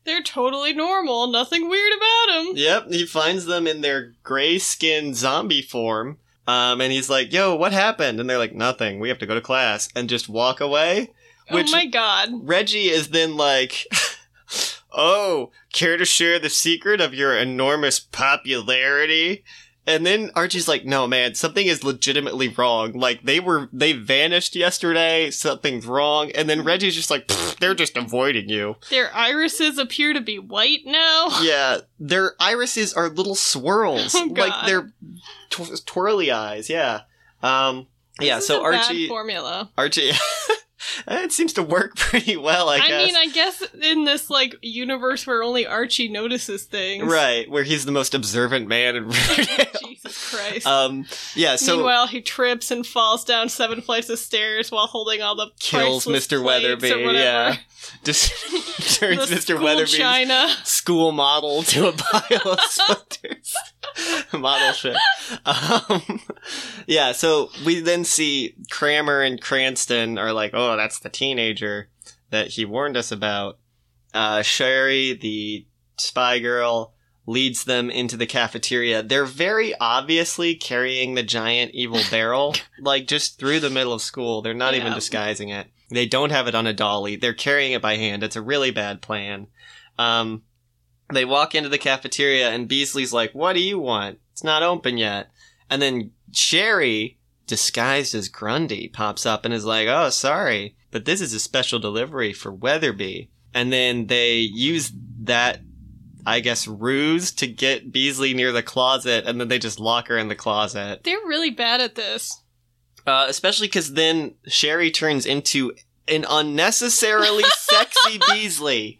Speaker 2: They're totally normal. Nothing weird about them.
Speaker 1: Yep, he finds them in their gray skinned zombie form. Um, and he's like, "Yo, what happened?" And they're like, "Nothing. We have to go to class," and just walk away. Which
Speaker 2: oh my god.
Speaker 1: Reggie is then like, "Oh, care to share the secret of your enormous popularity?" And then Archie's like, "No, man, something is legitimately wrong. Like they were they vanished yesterday. Something's wrong." And then Reggie's just like, "Pfft, "They're just avoiding you."
Speaker 2: Their irises appear to be white now.
Speaker 1: Yeah, their irises are little swirls,
Speaker 2: Oh,
Speaker 1: like
Speaker 2: God.
Speaker 1: they're tw- twirly eyes. Yeah. Um yeah,
Speaker 2: This is
Speaker 1: so
Speaker 2: a bad
Speaker 1: Archie
Speaker 2: formula.
Speaker 1: Archie it seems to work pretty well, I,
Speaker 2: I,
Speaker 1: guess.
Speaker 2: mean, I guess in this like universe where only Archie notices things,
Speaker 1: Right, where he's the most observant man in Riverdale.
Speaker 2: Jesus Christ.
Speaker 1: um, yeah, so
Speaker 2: Meanwhile, he trips and falls down seven flights of stairs while holding all the
Speaker 1: kills
Speaker 2: priceless
Speaker 1: Mr.
Speaker 2: plates
Speaker 1: Weatherby.
Speaker 2: Or whatever.
Speaker 1: Yeah, just
Speaker 2: The
Speaker 1: turns Mr.
Speaker 2: school
Speaker 1: Weatherby's
Speaker 2: China.
Speaker 1: school model to a pile of splinters. model shit. Um, yeah, so we then see Kramer and Cranston are like, "Oh, that's the teenager that he warned us about." Uh, Sherry, the spy girl, leads them into the cafeteria. They're very obviously carrying the giant evil barrel, like just through the middle of school. They're not even
Speaker 2: Yeah.
Speaker 1: disguising it. They don't have it on a dolly. They're carrying it by hand. It's a really bad plan. Um, they walk into the cafeteria and Beasley's like, "What do you want? It's not open yet." And then Sherry, disguised as Grundy, pops up and is like, "Oh, sorry, but this is a special delivery for Weatherby." And then they use that I guess ruse to get Beasley near the closet and then they just lock her in the closet.
Speaker 2: They're really bad at this.
Speaker 1: Uh, especially because then Sherry turns into an unnecessarily sexy Beasley.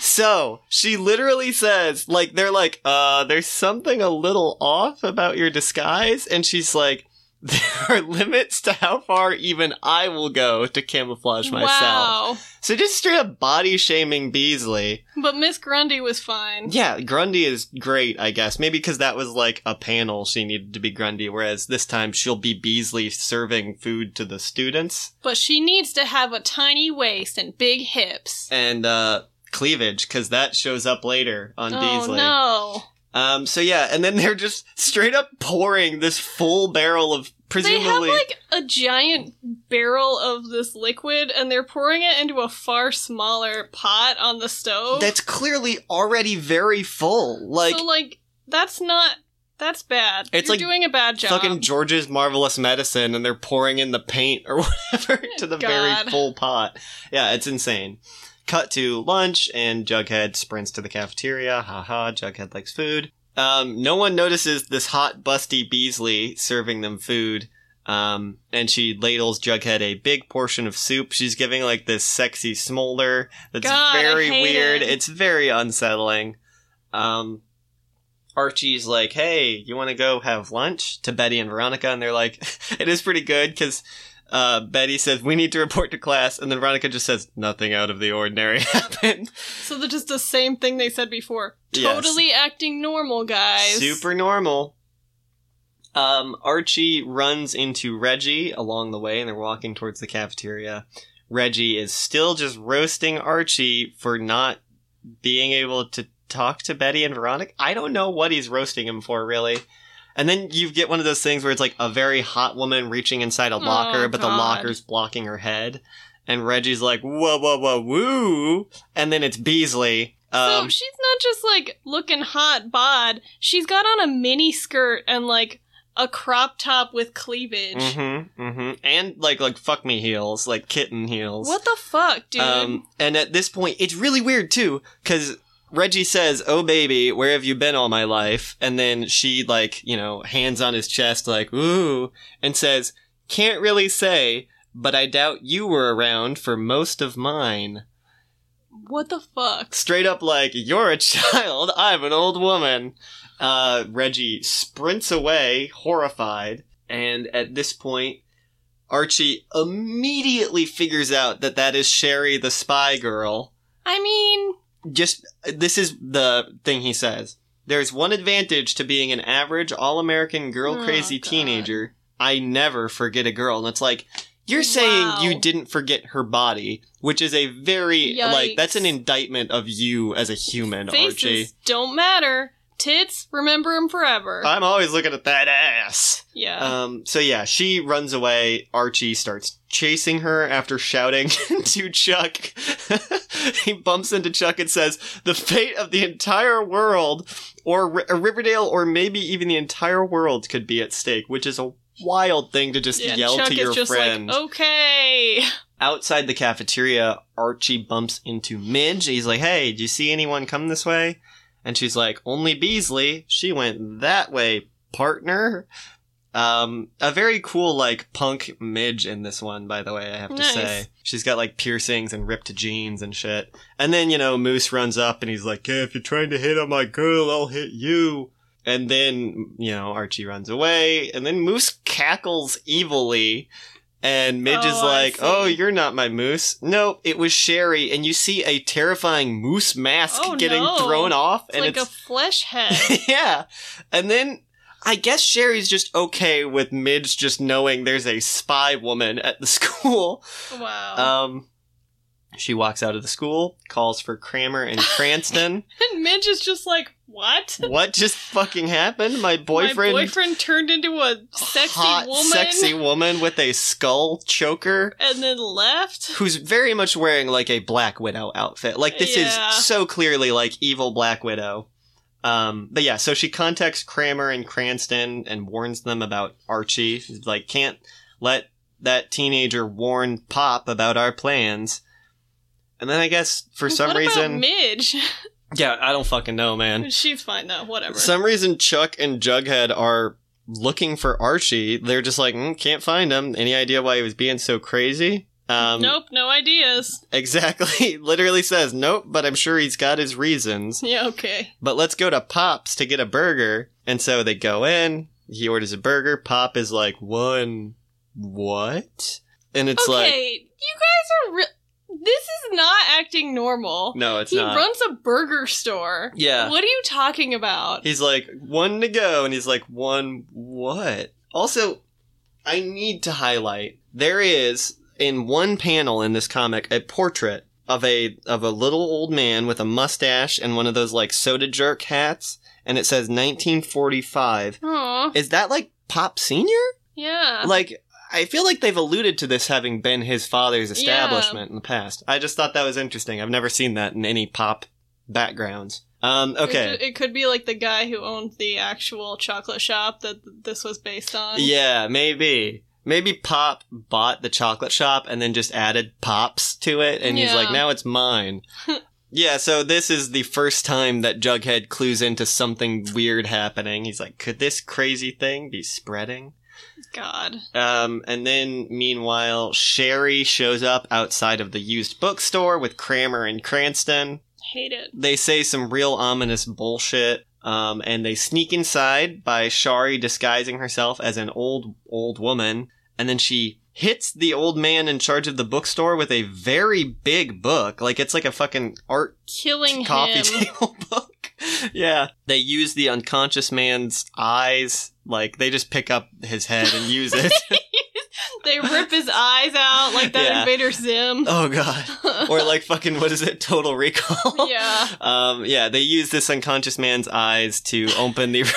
Speaker 1: So she literally says, like, they're like, uh, there's something a little off about your disguise. And she's like, there are limits to how far even I will go to camouflage myself.
Speaker 2: Wow.
Speaker 1: So just straight up body shaming Beasley.
Speaker 2: But Miss Grundy was fine.
Speaker 1: Yeah, Grundy is great, I guess. Maybe because that was like a panel she needed to be Grundy, whereas this time she'll be Beasley serving food to the students.
Speaker 2: But she needs to have a tiny waist and big hips.
Speaker 1: And uh cleavage, because that shows up later on
Speaker 2: Oh
Speaker 1: Beasley.
Speaker 2: no.
Speaker 1: Um so yeah, and then they're just straight up pouring this full barrel of
Speaker 2: They
Speaker 1: presumably
Speaker 2: have like a giant barrel of this liquid and they're pouring it into a far smaller pot on the stove.
Speaker 1: that's clearly already very full. Like,
Speaker 2: so like that's not that's bad.
Speaker 1: It's
Speaker 2: You're
Speaker 1: like
Speaker 2: doing a bad job.
Speaker 1: fucking George's marvelous medicine, and they're pouring in the paint or whatever to the very
Speaker 2: Oh God.
Speaker 1: full pot. Yeah, it's insane. Cut to lunch, and Jughead sprints to the cafeteria. Haha, Jughead likes food. Um, no one notices this hot, busty Beasley serving them food. Um, and she ladles Jughead a big portion of soup. She's giving like this sexy smolder that's
Speaker 2: God, I
Speaker 1: very
Speaker 2: hate
Speaker 1: weird.
Speaker 2: it.
Speaker 1: It's very unsettling. Um, Archie's like, "Hey, you want to go have lunch?" to Betty and Veronica, and they're like, "It is pretty good because." Uh, Betty says, We need to report to class. And then Veronica just says, Nothing out of the ordinary happened.
Speaker 2: so they're just the same thing they said before.
Speaker 1: Yes.
Speaker 2: Totally acting normal, guys.
Speaker 1: Super normal. Um, Archie runs into Reggie along the way, and they're walking towards the cafeteria. Reggie is still just roasting Archie for not being able to talk to Betty and Veronica. I don't know what he's roasting him for, really. And then you get one of those things where it's like a very hot woman reaching inside a locker, but the
Speaker 2: Oh, God.
Speaker 1: locker's blocking her head. And Reggie's like, whoa, whoa, whoa, woo. And then it's Beasley. um,
Speaker 2: so she's not just like looking hot bod. She's got on a mini skirt and like a crop top with cleavage.
Speaker 1: Mm-hmm, mm-hmm. And like like fuck me heels, like kitten heels.
Speaker 2: What the fuck, dude?
Speaker 1: Um, and at this point, it's really weird too, because Reggie says, "Oh baby, where have you been all my life?" And then she like you know hands on his chest, like ooh, and says, "Can't really say, but I doubt you were around for most of mine."
Speaker 2: what the fuck?
Speaker 1: Straight up, like you're a child, I'm an old woman. Uh, Reggie sprints away, horrified, and at this point, Archie immediately figures out that that is Sherry, the spy girl.
Speaker 2: I mean,
Speaker 1: Just this is the thing he says. There's one advantage to being an average all-American girl crazy
Speaker 2: Oh, God.
Speaker 1: teenager. I never forget a girl, and it's like you're saying
Speaker 2: Wow.
Speaker 1: you didn't forget her body, which is a very like
Speaker 2: Yikes.
Speaker 1: that's an indictment of you as a human,
Speaker 2: faces
Speaker 1: Archie.
Speaker 2: don't matter. Tits, remember them forever.
Speaker 1: I'm always looking at that ass.
Speaker 2: yeah.
Speaker 1: Um, so yeah, she runs away. Archie starts chasing her after shouting to Chuck. he bumps into Chuck and says, "The fate of the entire world, or Ri- uh, Riverdale, or maybe even the entire world, could be at stake," which is a wild thing to just
Speaker 2: Yeah,
Speaker 1: yell
Speaker 2: Chuck
Speaker 1: to
Speaker 2: is
Speaker 1: your
Speaker 2: just
Speaker 1: friend.
Speaker 2: like, okay.
Speaker 1: Outside the cafeteria, Archie bumps into Midge. He's like, "Hey, do you see anyone come this way?" And she's like, "Only Beasley. She went that way, partner." Um, a very cool like punk Midge in this one, by the way. I have to
Speaker 2: Nice.
Speaker 1: say, she's got like piercings and ripped jeans and shit. And then you know Moose runs up and he's like, "Yeah, if you're trying to hit on my girl, I'll hit you." And then you know Archie runs away, and then Moose cackles evilly. And Midge
Speaker 2: Oh,
Speaker 1: is
Speaker 2: I
Speaker 1: like,
Speaker 2: see.
Speaker 1: "Oh, you're not my moose." No, it was Sherry, and you see a terrifying moose mask
Speaker 2: Oh,
Speaker 1: getting
Speaker 2: no.
Speaker 1: thrown off,
Speaker 2: It's
Speaker 1: and
Speaker 2: like a
Speaker 1: it's
Speaker 2: flesh head.
Speaker 1: yeah. And then I guess Sherry's just okay with Midge just knowing there's a spy woman at the school.
Speaker 2: wow.
Speaker 1: Um, she walks out of the school, calls for Kramer and Cranston.
Speaker 2: and Midge is just like, what?
Speaker 1: what just fucking happened? My boyfriend,
Speaker 2: My boyfriend turned into a sexy
Speaker 1: hot,
Speaker 2: woman
Speaker 1: sexy woman with a skull choker.
Speaker 2: and then left.
Speaker 1: who's very much wearing like a Black Widow outfit. Like this
Speaker 2: Yeah.
Speaker 1: is so clearly like evil Black Widow. Um, but yeah, so she contacts Kramer and Cranston and warns them about Archie. She's like, can't let that teenager warn Pop about our plans. And then I guess for some
Speaker 2: what
Speaker 1: reason,
Speaker 2: About Midge.
Speaker 1: yeah, I don't fucking know, man.
Speaker 2: She's fine though, whatever.
Speaker 1: Some reason Chuck and Jughead are looking for Archie. They're just like, mm, can't find him. Any idea why he was being so crazy? Um,
Speaker 2: nope, no ideas.
Speaker 1: Exactly. Literally says, nope, but I'm sure he's got his reasons.
Speaker 2: Yeah, okay.
Speaker 1: But let's go to Pop's to get a burger. And so they go in. He orders a burger. Pop is like, one, what? And it's like,
Speaker 2: okay, you guys are. Re- this is not acting normal.
Speaker 1: no, it's
Speaker 2: he
Speaker 1: not.
Speaker 2: runs a burger store.
Speaker 1: yeah.
Speaker 2: What are you talking about?
Speaker 1: He's like, one to go. And he's like, one, what? Also, I need to highlight there is, in one panel in this comic, a portrait. Of a of a little old man with a mustache and one of those like soda jerk hats, and it says 1945.
Speaker 2: Aw,
Speaker 1: Is that like Pop Senior?
Speaker 2: yeah.
Speaker 1: like I feel like they've alluded to this having been his father's establishment in the past. I just thought that was interesting. I've never seen that in any pop backgrounds. Um,
Speaker 2: It,
Speaker 1: okay.
Speaker 2: it could be like the guy who owned the actual chocolate shop that th- this was based on.
Speaker 1: Yeah, maybe. Maybe Pop bought the chocolate shop and then just added Pops to it, and he's
Speaker 2: Yeah.
Speaker 1: like, now it's mine. yeah, so this is the first time that Jughead clues into something weird happening. He's like, could this crazy thing be spreading?
Speaker 2: God.
Speaker 1: Um, and then, meanwhile, Sherry shows up outside of the used bookstore with Kramer and Cranston.
Speaker 2: Hate it.
Speaker 1: They say some real ominous bullshit, um, and they sneak inside by Shari disguising herself as an old, old woman. And then she hits the old man in charge of the bookstore with a very big book. Like, it's like a fucking art
Speaker 2: Killing
Speaker 1: coffee
Speaker 2: him.
Speaker 1: table book. yeah, they use the unconscious man's eyes. Like they just pick up his head and use it.
Speaker 2: they rip his eyes out like that
Speaker 1: Yeah.
Speaker 2: Invader Zim.
Speaker 1: oh god. Or like fucking what is it? Total Recall.
Speaker 2: yeah.
Speaker 1: Um, yeah, they use this unconscious man's eyes to open the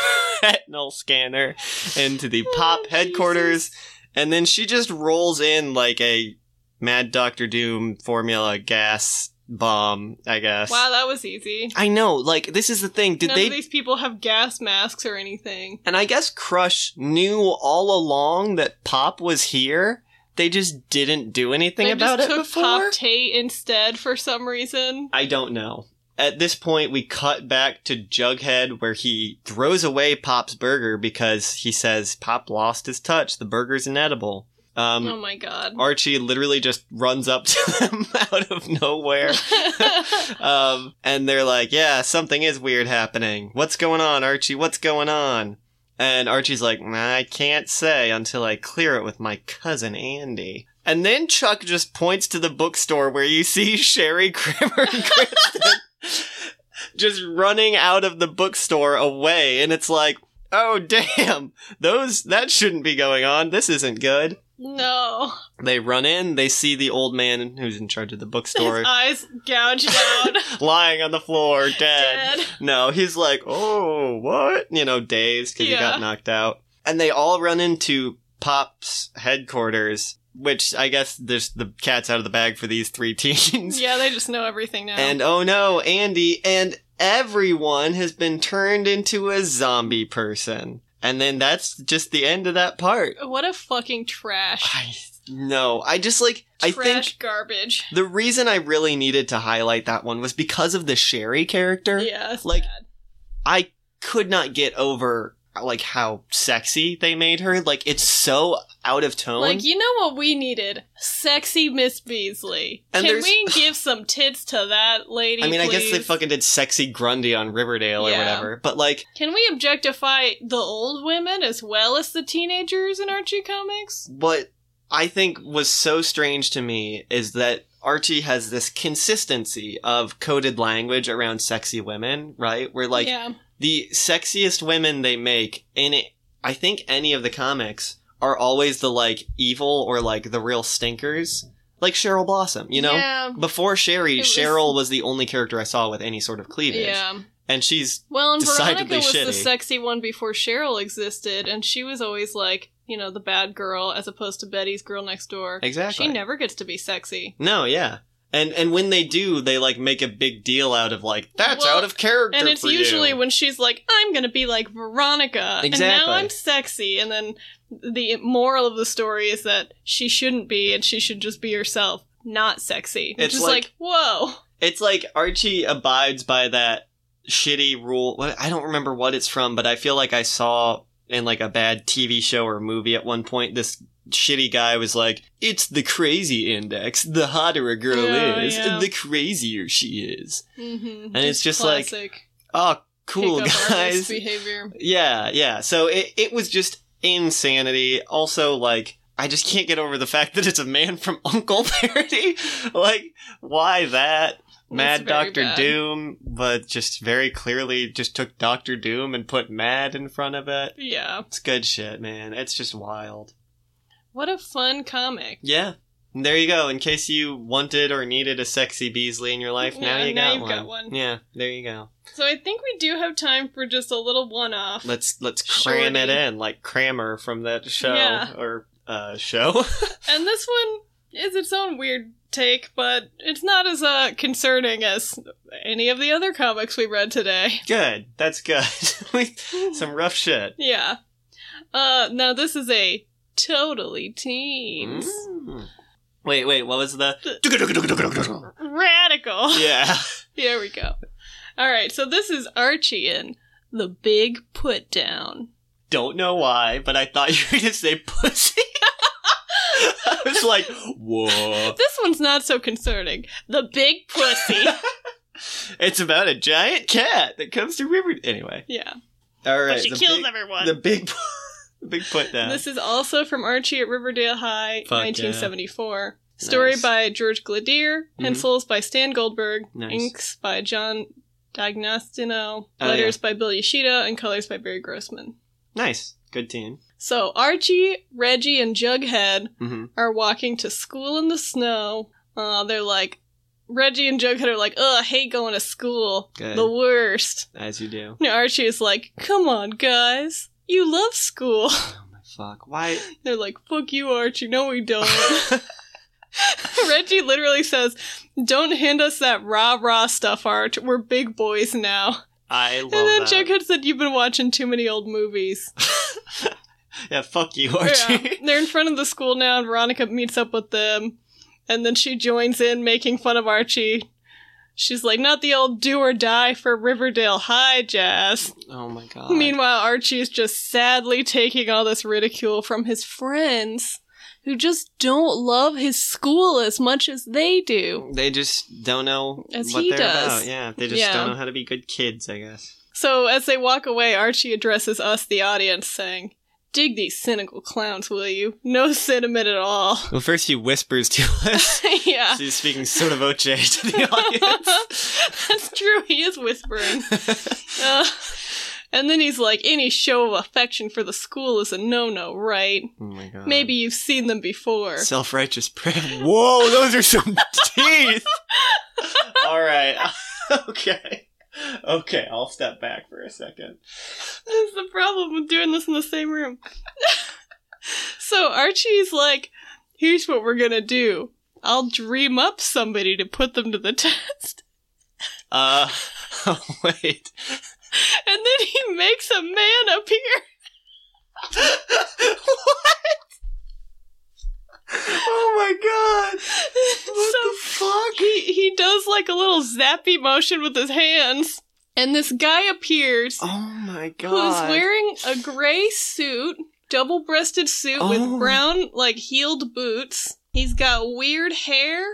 Speaker 1: retinal scanner into the pop
Speaker 2: Oh,
Speaker 1: headquarters, and then she just rolls in like a Mad Doctor Doom formula gas bomb. I guess.
Speaker 2: Wow, that was easy.
Speaker 1: I know. Like this is the thing. Did
Speaker 2: None
Speaker 1: they
Speaker 2: of these people have gas masks or anything.
Speaker 1: And I guess Crush knew all along that Pop was here. They just didn't do anything
Speaker 2: they
Speaker 1: about
Speaker 2: just
Speaker 1: it
Speaker 2: took
Speaker 1: before.
Speaker 2: Pop Tate instead for some reason.
Speaker 1: I don't know. At this point, we cut back to Jughead where he throws away Pop's burger because he says Pop lost his touch. The burger's inedible. Um,
Speaker 2: oh my god.
Speaker 1: Archie literally just runs up to them out of nowhere. um, and they're like, "Yeah, something is weird happening. What's going on, Archie? What's going on?" And Archie's like, nah, "I can't say until I clear it with my cousin Andy." And then Chuck just points to the bookstore where you see Sherry Kramer and Kristen just running out of the bookstore away, and it's like, "Oh damn, those that shouldn't be going on. This isn't good."
Speaker 2: no.
Speaker 1: They run in, they see the old man who's in charge of the bookstore
Speaker 2: His eyes gouged out.
Speaker 1: lying on the floor, dead.
Speaker 2: dead.
Speaker 1: No, he's like, oh, what? You know, dazed because he
Speaker 2: Yeah.
Speaker 1: got knocked out. And they all run into Pop's headquarters, which I guess there's the cat's out of the bag for these three teens.
Speaker 2: Yeah, they just know everything now.
Speaker 1: And oh no, Andy and everyone has been turned into a zombie person. And then that's just the end of that part.
Speaker 2: what a fucking trash.
Speaker 1: I no, I just like I think
Speaker 2: trash garbage.
Speaker 1: the reason I really needed to highlight that one was because of the Sherry character.
Speaker 2: Yeah. it's
Speaker 1: like-
Speaker 2: bad.
Speaker 1: I could not get over like how sexy they made her. Like it's so out of tone.
Speaker 2: Like, you know what we needed? Sexy Miss Beasley.
Speaker 1: And
Speaker 2: Can
Speaker 1: there's-
Speaker 2: we give some tits to that lady?
Speaker 1: I mean, I guess they
Speaker 2: please?
Speaker 1: fucking did sexy Grundy on Riverdale or
Speaker 2: Yeah.
Speaker 1: whatever. But like,
Speaker 2: Can we objectify the old women as well as the teenagers in Archie comics?
Speaker 1: what I think was so strange to me is that Archie has this consistency of coded language around sexy women, right? Where like
Speaker 2: yeah.
Speaker 1: the sexiest women they make in it, I think any of the comics are always the like evil or like the real stinkers, like Cheryl Blossom, you know.
Speaker 2: Yeah.
Speaker 1: Before Sherry,
Speaker 2: It was-
Speaker 1: Cheryl was the only character I saw with any sort of cleavage.
Speaker 2: Yeah.
Speaker 1: And she's
Speaker 2: Well, and Veronica
Speaker 1: Decidedly
Speaker 2: was the
Speaker 1: shitty.
Speaker 2: sexy one before Cheryl existed, and she was always like, you know, the bad girl as opposed to Betty's girl next door.
Speaker 1: exactly
Speaker 2: She never gets to be sexy.
Speaker 1: No, yeah. And and when they do, they like make a big deal out of like that's
Speaker 2: Well,
Speaker 1: out of character.
Speaker 2: And it's
Speaker 1: for
Speaker 2: usually
Speaker 1: you.
Speaker 2: when she's like, I'm gonna be like Veronica, and
Speaker 1: Exactly.
Speaker 2: now I'm sexy, and then the moral of the story is that she shouldn't be, and she should just be herself, not sexy. Which
Speaker 1: It's
Speaker 2: is
Speaker 1: like-
Speaker 2: like, whoa.
Speaker 1: It's like Archie abides by that shitty rule. well, I don't remember what it's from, but I feel like I saw in like a bad TV show or movie at one point this shitty guy was like, "It's the crazy index. The hotter a girl
Speaker 2: Oh,
Speaker 1: is,
Speaker 2: yeah.
Speaker 1: the crazier she is."
Speaker 2: Mm-hmm.
Speaker 1: And it's just like-
Speaker 2: classic.
Speaker 1: Oh cool
Speaker 2: pick up on this
Speaker 1: guys.
Speaker 2: behavior.
Speaker 1: Yeah, yeah. So it, it was just insanity. Also, like, I just can't get over the fact that it's a man from Uncle parody. like, why that? Mad
Speaker 2: That's very
Speaker 1: Doctor
Speaker 2: bad.
Speaker 1: Doom, but just very clearly just took Doctor Doom and put Mad in front of it.
Speaker 2: Yeah.
Speaker 1: It's good shit, man. It's just wild.
Speaker 2: What a fun comic.
Speaker 1: Yeah. And there you go. In case you wanted or needed a sexy Beasley in your life, now
Speaker 2: Yeah,
Speaker 1: you
Speaker 2: now
Speaker 1: got,
Speaker 2: you've
Speaker 1: one.
Speaker 2: got one.
Speaker 1: Yeah, there you go.
Speaker 2: So I think we do have time for just a little one off.
Speaker 1: Let's let's cram it
Speaker 2: Shorty.
Speaker 1: in like Crammer from that show
Speaker 2: Yeah.
Speaker 1: or uh, show.
Speaker 2: And this one is its own weird take, but it's not as uh, concerning as any of the other comics we read today.
Speaker 1: good. That's good. We- Some rough shit.
Speaker 2: Yeah. Uh, now this is a totally teens
Speaker 1: Mm. Wait, wait. What was the?
Speaker 2: radical.
Speaker 1: Mm. Yeah.
Speaker 2: There we go. All right, so this is Archie in the big put down.
Speaker 1: Don't know why, but I thought you were gonna say pussy. I was like, whoa.
Speaker 2: This one's not so concerning. The big pussy.
Speaker 1: It's about a giant cat that comes to River. Anyway,
Speaker 2: yeah.
Speaker 1: all right.
Speaker 3: but she
Speaker 1: the
Speaker 3: kills
Speaker 1: big-
Speaker 3: everyone.
Speaker 1: The big, the big put down.
Speaker 2: This is also from Archie at Riverdale High,
Speaker 1: Fuck yeah.
Speaker 2: 1974. Story
Speaker 1: Nice. Mhm.
Speaker 2: by George Gladier, pencils by Stan Goldberg,
Speaker 1: Nice.
Speaker 2: inks by John D'Agnostino,
Speaker 1: Oh,
Speaker 2: letters by Bill Yoshida, and colors by Barry Grossman.
Speaker 1: nice, good team.
Speaker 2: So Archie, Reggie, and Jughead
Speaker 1: Mm-hmm.
Speaker 2: are walking to school in the snow. Uh, they're like, Reggie and Jughead are like, ugh, I hate going to school.
Speaker 1: Good.
Speaker 2: The worst.
Speaker 1: As you do.
Speaker 2: And Archie is like, come on, guys. You love school.
Speaker 1: Oh my fuck. Why?
Speaker 2: They're like, fuck you, Archie. No, we don't. Reggie literally says, don't hand us that rah rah stuff, Arch. We're big boys now.
Speaker 1: I love
Speaker 2: and then
Speaker 1: that.
Speaker 2: Jughead said, you've been watching too many old movies.
Speaker 1: yeah, fuck you,
Speaker 2: Yeah.
Speaker 1: Archie.
Speaker 2: They're in front of the school now, and Veronica meets up with them. And then she joins in, making fun of Archie. She's like, not the old do or die for Riverdale High jazz.
Speaker 1: Oh my god.
Speaker 2: Meanwhile, Archie is just sadly taking all this ridicule from his friends who just don't love his school as much as they do.
Speaker 1: they just don't know
Speaker 2: As
Speaker 1: what
Speaker 2: he
Speaker 1: they're
Speaker 2: does.
Speaker 1: about. Yeah, they just
Speaker 2: Yeah.
Speaker 1: don't know how to be good kids, I guess.
Speaker 2: So as they walk away, Archie addresses us, the audience, saying, Dig these cynical clowns, will you? No sentiment at all.
Speaker 1: Well, first he whispers to us.
Speaker 2: yeah.
Speaker 1: She's speaking sort of oche to the audience.
Speaker 2: That's true. He is whispering. Uh, and then he's like, Any show of affection for the school is a no no, right?
Speaker 1: oh my god.
Speaker 2: Maybe you've seen them before.
Speaker 1: Self righteous prayer. Whoa, those are some teeth. All right. okay. Okay, I'll step back for a second.
Speaker 2: That's the problem with doing this in the same room. so Archie's like, here's what we're gonna do. I'll dream up somebody to put them to the test.
Speaker 1: Uh, wait.
Speaker 2: And then he makes a man appear.
Speaker 1: Oh my god. What
Speaker 2: so
Speaker 1: the fuck?
Speaker 2: he, he does like a little zappy motion with his hands. And this guy appears
Speaker 1: Oh my god.
Speaker 2: who's wearing a gray suit, double breasted suit
Speaker 1: Oh.
Speaker 2: with brown, like heeled boots. He's got weird hair,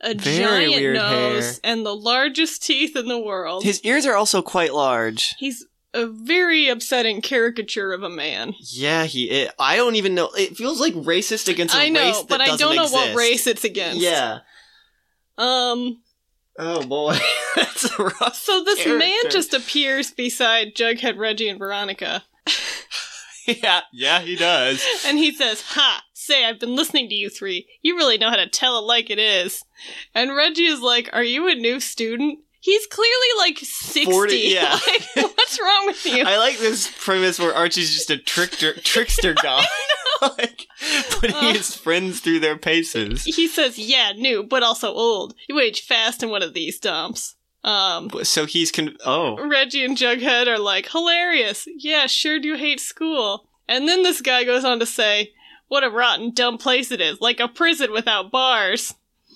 Speaker 2: a
Speaker 1: Very
Speaker 2: giant
Speaker 1: weird
Speaker 2: nose,
Speaker 1: hair.
Speaker 2: and the largest teeth in the world.
Speaker 1: His ears are also quite large.
Speaker 2: He's a very upsetting caricature of a man.
Speaker 1: Yeah, he. It, I don't even know. It feels like racist against a
Speaker 2: I know,
Speaker 1: race that
Speaker 2: but I
Speaker 1: doesn't
Speaker 2: don't know what
Speaker 1: exist.
Speaker 2: race it's against.
Speaker 1: Yeah.
Speaker 2: Um.
Speaker 1: Oh boy, that's a rough.
Speaker 2: So this man
Speaker 1: Character.
Speaker 2: just appears beside Jughead, Reggie, and Veronica,
Speaker 1: Yeah, yeah, he does.
Speaker 2: and he says, "Ha! Say, I've been listening to you three. You really know how to tell it like it is." And Reggie is like, "Are you a new student?" He's clearly like sixty.
Speaker 1: 40, yeah.
Speaker 2: Like, what's wrong with you?
Speaker 1: I like this premise where Archie's just a trickster, trickster guy, like putting
Speaker 2: Uh.
Speaker 1: his friends through their paces.
Speaker 2: he says, "Yeah, new, but also old. You age fast in one of these dumps." Um.
Speaker 1: So he's con. Oh,
Speaker 2: Reggie and Jughead are like, hilarious. Yeah, sure do hate school. And then this guy goes on to say, what a rotten, dumb place it is, like a prison without bars.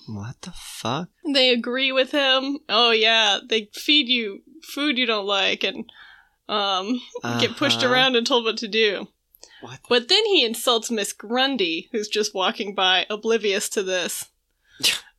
Speaker 1: what the fuck?
Speaker 2: They agree with him. Oh, yeah, they feed you food you don't like and um, get pushed
Speaker 1: Uh-huh.
Speaker 2: around and told what to do.
Speaker 1: What? the-
Speaker 2: But then he insults Miss Grundy, who's just walking by, oblivious to this.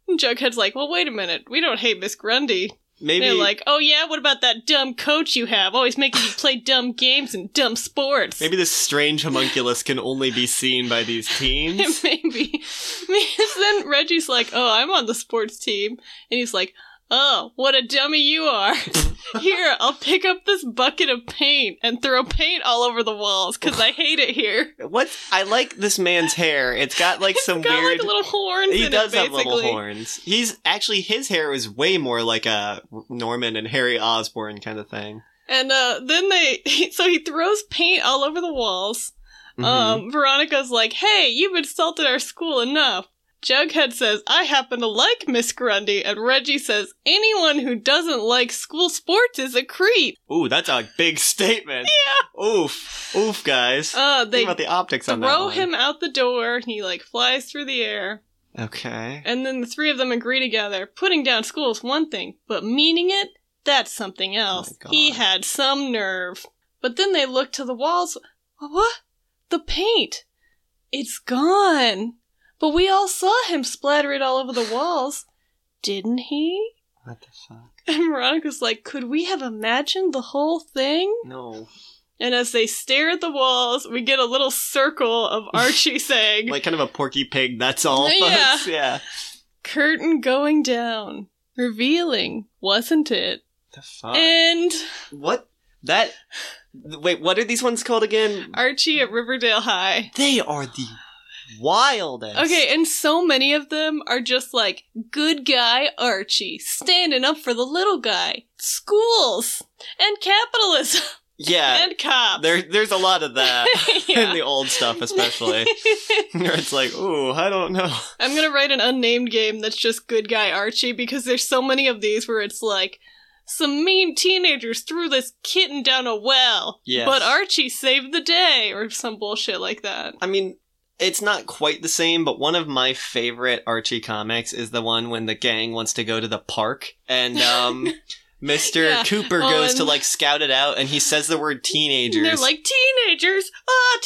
Speaker 2: And Jughead's like, well, wait a minute. We don't hate Miss Grundy.
Speaker 1: Maybe
Speaker 2: They're like, oh yeah, what about that dumb coach you have? Always making you play dumb games and dumb sports.
Speaker 1: maybe this strange homunculus can only be seen by these teams.
Speaker 2: Maybe. Because then Reggie's like, oh, I'm on the sports team. And he's like, oh, what a dummy you are. here, I'll pick up this bucket of paint and throw paint all over the walls because I hate it here.
Speaker 1: What's I like this man's hair. It's got like some
Speaker 2: Got
Speaker 1: weird.
Speaker 2: like little horns
Speaker 1: he
Speaker 2: in
Speaker 1: does
Speaker 2: it,
Speaker 1: have
Speaker 2: basically.
Speaker 1: little horns. He's actually his hair is way more like a Norman and Harry Osborn kind of thing.
Speaker 2: And uh, then they, so he throws paint all over the walls.
Speaker 1: Mhm.
Speaker 2: Um, Veronica's like, hey, you've insulted our school enough. Jughead says, I happen to like Miss Grundy. And Reggie says, anyone who doesn't like school sports is a creep.
Speaker 1: Ooh, that's a big statement. Yeah. Oof, oof, guys.
Speaker 2: Uh,
Speaker 1: Think
Speaker 2: they
Speaker 1: about the optics on that
Speaker 2: throw
Speaker 1: one.
Speaker 2: him out the door. He like flies through the air.
Speaker 1: Okay.
Speaker 2: And then the three of them agree together. Putting down school is one thing, but meaning it, that's something else.
Speaker 1: Oh God.
Speaker 2: he had some nerve. But then they look to the walls. What? The paint. It's gone. But we all saw him splatter it all over the walls. Didn't he?
Speaker 1: What the fuck?
Speaker 2: And Veronica's like, could we have imagined the whole thing?
Speaker 1: No.
Speaker 2: And as they stare at the walls, we get a little circle of Archie saying,
Speaker 1: Like kind of a Porky Pig. That's all.
Speaker 2: Yeah.
Speaker 1: folks. yeah.
Speaker 2: curtain going down, revealing, wasn't it?
Speaker 1: The fuck.
Speaker 2: And
Speaker 1: what? That. Wait, what are these ones called again?
Speaker 2: Archie at Riverdale High.
Speaker 1: They are the wildest.
Speaker 2: Okay, and so many of them are just like, good guy Archie, standing up for the little guy, schools, and capitalism,
Speaker 1: Yeah.
Speaker 2: and cops.
Speaker 1: There, there's a lot of that
Speaker 2: Yeah.
Speaker 1: in the old stuff, especially. Where it's like, ooh, I don't know.
Speaker 2: I'm gonna write an unnamed game that's just good guy Archie because there's so many of these where it's like some mean teenagers threw this kitten down a well,
Speaker 1: Yes.
Speaker 2: but Archie saved the day or some bullshit like that.
Speaker 1: I mean, it's not quite the same, but one of my favorite Archie comics is the one when the gang wants to go to the park and um Mr.
Speaker 2: Yeah.
Speaker 1: Cooper
Speaker 2: Oh,
Speaker 1: goes to
Speaker 2: and-
Speaker 1: like scout it out and he says the word teenagers.
Speaker 2: And they're like teenagers, ah,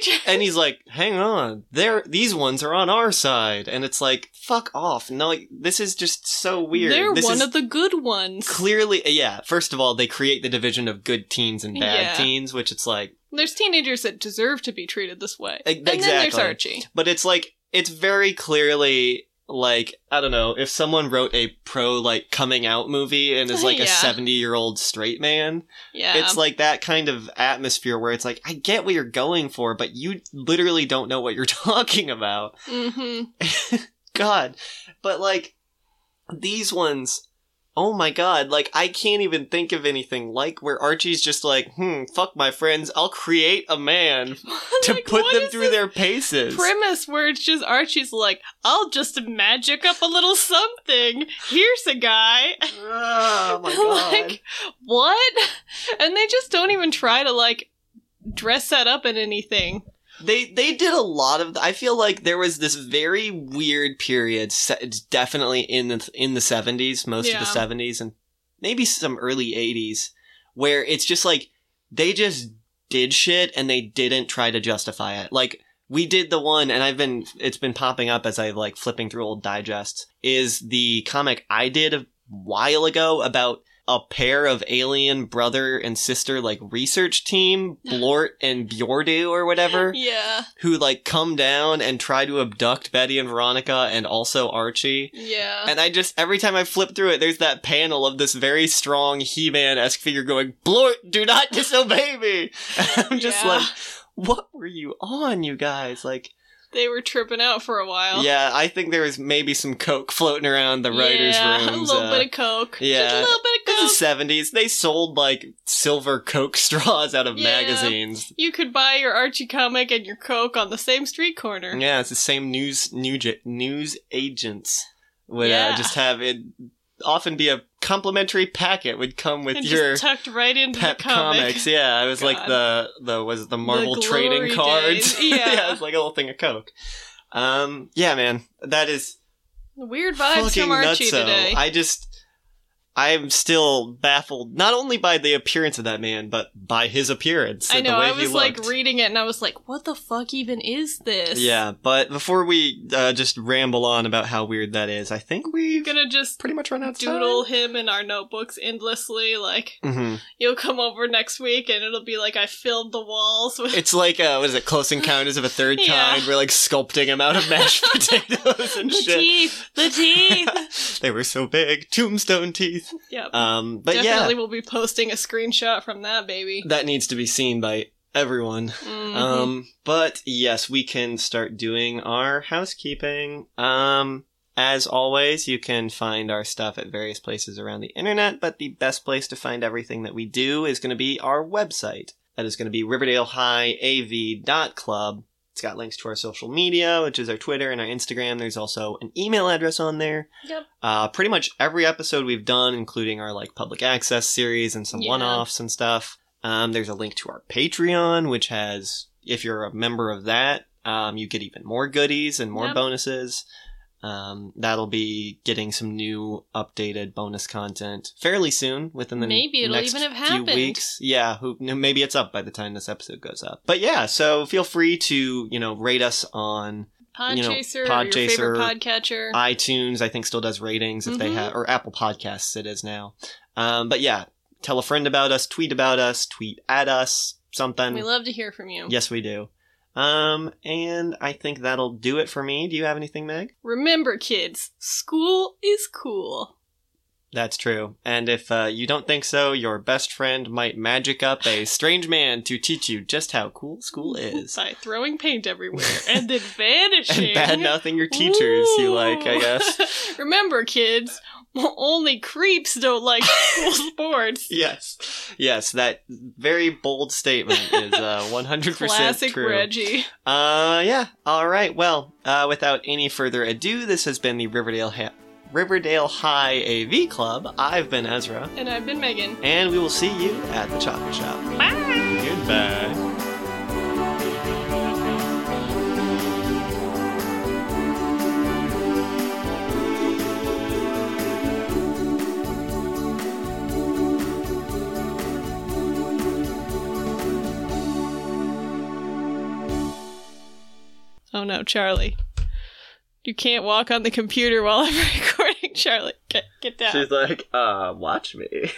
Speaker 2: teenagers.
Speaker 1: and he's like, "Hang on, there. These ones are on our side." And it's like, "Fuck off!" No, like, this is just so weird.
Speaker 2: They're
Speaker 1: this
Speaker 2: one
Speaker 1: is
Speaker 2: of the good ones.
Speaker 1: clearly, yeah. First of all, they create the division of good teens and bad
Speaker 2: Yeah.
Speaker 1: teens, which it's like,
Speaker 2: there's teenagers that deserve to be treated this way,
Speaker 1: E-
Speaker 2: and then there's
Speaker 1: exactly.
Speaker 2: Archie.
Speaker 1: but it's like it's very clearly like I don't know if someone wrote a pro like coming out movie and is like
Speaker 2: Yeah.
Speaker 1: a seventy year old straight man.
Speaker 2: Yeah,
Speaker 1: It's like that kind of atmosphere where it's like I get what you're going for, but you literally don't know what you're talking about.
Speaker 2: hmm
Speaker 1: God. But like these ones, oh my god, like I can't even think of anything like where Archie's just like, hmm, fuck my friends, I'll create a man to put them through their paces.
Speaker 2: premise where it's just Archie's like, I'll just magic up a little something. Here's a guy.
Speaker 1: oh my god.
Speaker 2: like, what? And they just don't even try to like dress that up in anything.
Speaker 1: they they did a lot of I feel like there was this very weird period se- it's definitely in the in the 70s, most
Speaker 2: Yeah.
Speaker 1: of the 70s and maybe some early 80s where it's just like they just did shit and they didn't try to justify it. Like we did the one and I've been it's been popping up as I like flipping through old digests is the comic I did a while ago about a pair of alien brother and sister like research team, Blort and Bjordu or whatever
Speaker 2: Yeah,
Speaker 1: who like come down and try to abduct Betty and Veronica and also Archie.
Speaker 2: yeah.
Speaker 1: And I just every time I flip through it, there's that panel of this very strong He-Man esque figure going, "Blort, do not disobey me." And I'm just
Speaker 2: Yeah.
Speaker 1: like, what were you on, you guys? Like,
Speaker 2: they were tripping out for a while.
Speaker 1: yeah, I think there was maybe some coke floating around the writers'
Speaker 2: Yeah,
Speaker 1: rooms.
Speaker 2: A little
Speaker 1: uh,
Speaker 2: bit of coke. just a
Speaker 1: yeah.
Speaker 2: little bit of
Speaker 1: this
Speaker 2: coke.
Speaker 1: is seventies. They sold like silver coke straws out of
Speaker 2: Yeah.
Speaker 1: magazines.
Speaker 2: you could buy your Archie comic and your coke on the same street corner.
Speaker 1: Yeah, it's the same news new news agents would
Speaker 2: Yeah.
Speaker 1: uh, just have it. Often be a complimentary packet would come with
Speaker 2: and
Speaker 1: your
Speaker 2: just tucked right into
Speaker 1: pep
Speaker 2: the comic.
Speaker 1: comics. Yeah, it was like
Speaker 2: God.
Speaker 1: the the was it the Marvel
Speaker 2: glory
Speaker 1: trading cards.
Speaker 2: days. Yeah.
Speaker 1: it was like a little thing of coke. Um, yeah, man, that is
Speaker 2: Weird vibes
Speaker 1: fucking
Speaker 2: from Archie
Speaker 1: nutso.
Speaker 2: today.
Speaker 1: I just. I'm still baffled not only by the appearance of that man, but by his appearance.
Speaker 2: I
Speaker 1: and
Speaker 2: know.
Speaker 1: The way
Speaker 2: I
Speaker 1: he
Speaker 2: was
Speaker 1: looked.
Speaker 2: like reading it and I was like, what the fuck even is this?
Speaker 1: Yeah, but before we uh, just ramble on about how weird that is, I think
Speaker 2: I'm
Speaker 1: we've
Speaker 2: gonna just
Speaker 1: pretty much run out of
Speaker 2: doodle him in our notebooks endlessly. Like,
Speaker 1: time. hmm
Speaker 2: you'll come over next week and it'll be like, I filled the walls with.
Speaker 1: It's like uh, what is it? Close Encounters of a Third
Speaker 2: Yeah.
Speaker 1: Kind. We're like sculpting him out of mashed potatoes and
Speaker 2: The
Speaker 1: shit.
Speaker 2: teeth, the teeth.
Speaker 1: they were so big, tombstone teeth.
Speaker 2: yep.
Speaker 1: Um, but
Speaker 2: Definitely, we'll be posting a screenshot from that baby.
Speaker 1: yeah, that needs to be seen by everyone.
Speaker 2: Mhm.
Speaker 1: Um, but yes, we can start doing our housekeeping. Um, as always, you can find our stuff at various places around the internet, but the best place to find everything that we do is going to be our website. That is going to be riverdalehighav.club. It's got links to our social media, which is our Twitter and our Instagram. There's also an email address on there.
Speaker 2: Yep.
Speaker 1: Uh, pretty much every episode we've done, including our like public access series and some
Speaker 2: Yeah.
Speaker 1: one-offs and stuff. Um, there's a link to our Patreon, which has, if you're a member of that, um, you get even more goodies and more
Speaker 2: Yep.
Speaker 1: bonuses. Um, that'll be getting some new updated bonus content fairly soon within the
Speaker 2: Maybe it'll
Speaker 1: next
Speaker 2: even have
Speaker 1: few
Speaker 2: happened.
Speaker 1: weeks. Yeah, who, no, maybe it's up by the time this episode goes up. But yeah, so feel free to you know rate us on
Speaker 2: Podchaser,
Speaker 1: you know,
Speaker 2: or your favorite
Speaker 1: Podchaser.
Speaker 2: podcatcher.
Speaker 1: iTunes. I think still does ratings if they
Speaker 2: Mhm.
Speaker 1: have or Apple Podcasts it is now. Um, but yeah, tell a friend about us, tweet about us, tweet at us, something.
Speaker 2: we love to hear from you.
Speaker 1: Yes, we do. Um, and I think that'll do it for me. Do you have anything, Meg?
Speaker 2: Remember, kids, school is cool.
Speaker 1: That's true. And if uh, you don't think so, your best friend might magic up a strange man to teach you just how cool school is.
Speaker 2: By throwing paint everywhere and then vanishing.
Speaker 1: And bad mouthing your teachers, you like, I
Speaker 2: Ooh.
Speaker 1: guess.
Speaker 2: Remember, kids, only creeps don't like school sports.
Speaker 1: Yes. Yes, that very bold statement is uh, 100%
Speaker 2: Classic
Speaker 1: true.
Speaker 2: Reggie.
Speaker 1: Uh, yeah. All right. Well, uh, without any further ado, this has been the Riverdale, ha- Riverdale High AV Club. I've been Ezra.
Speaker 2: And I've been Megan.
Speaker 1: and we will see you at the chocolate shop. Bye. Goodbye.
Speaker 2: Oh no, Charlie. You can't walk on the computer while I'm recording, Charlie. Get, get down.
Speaker 1: like, uh, watch me.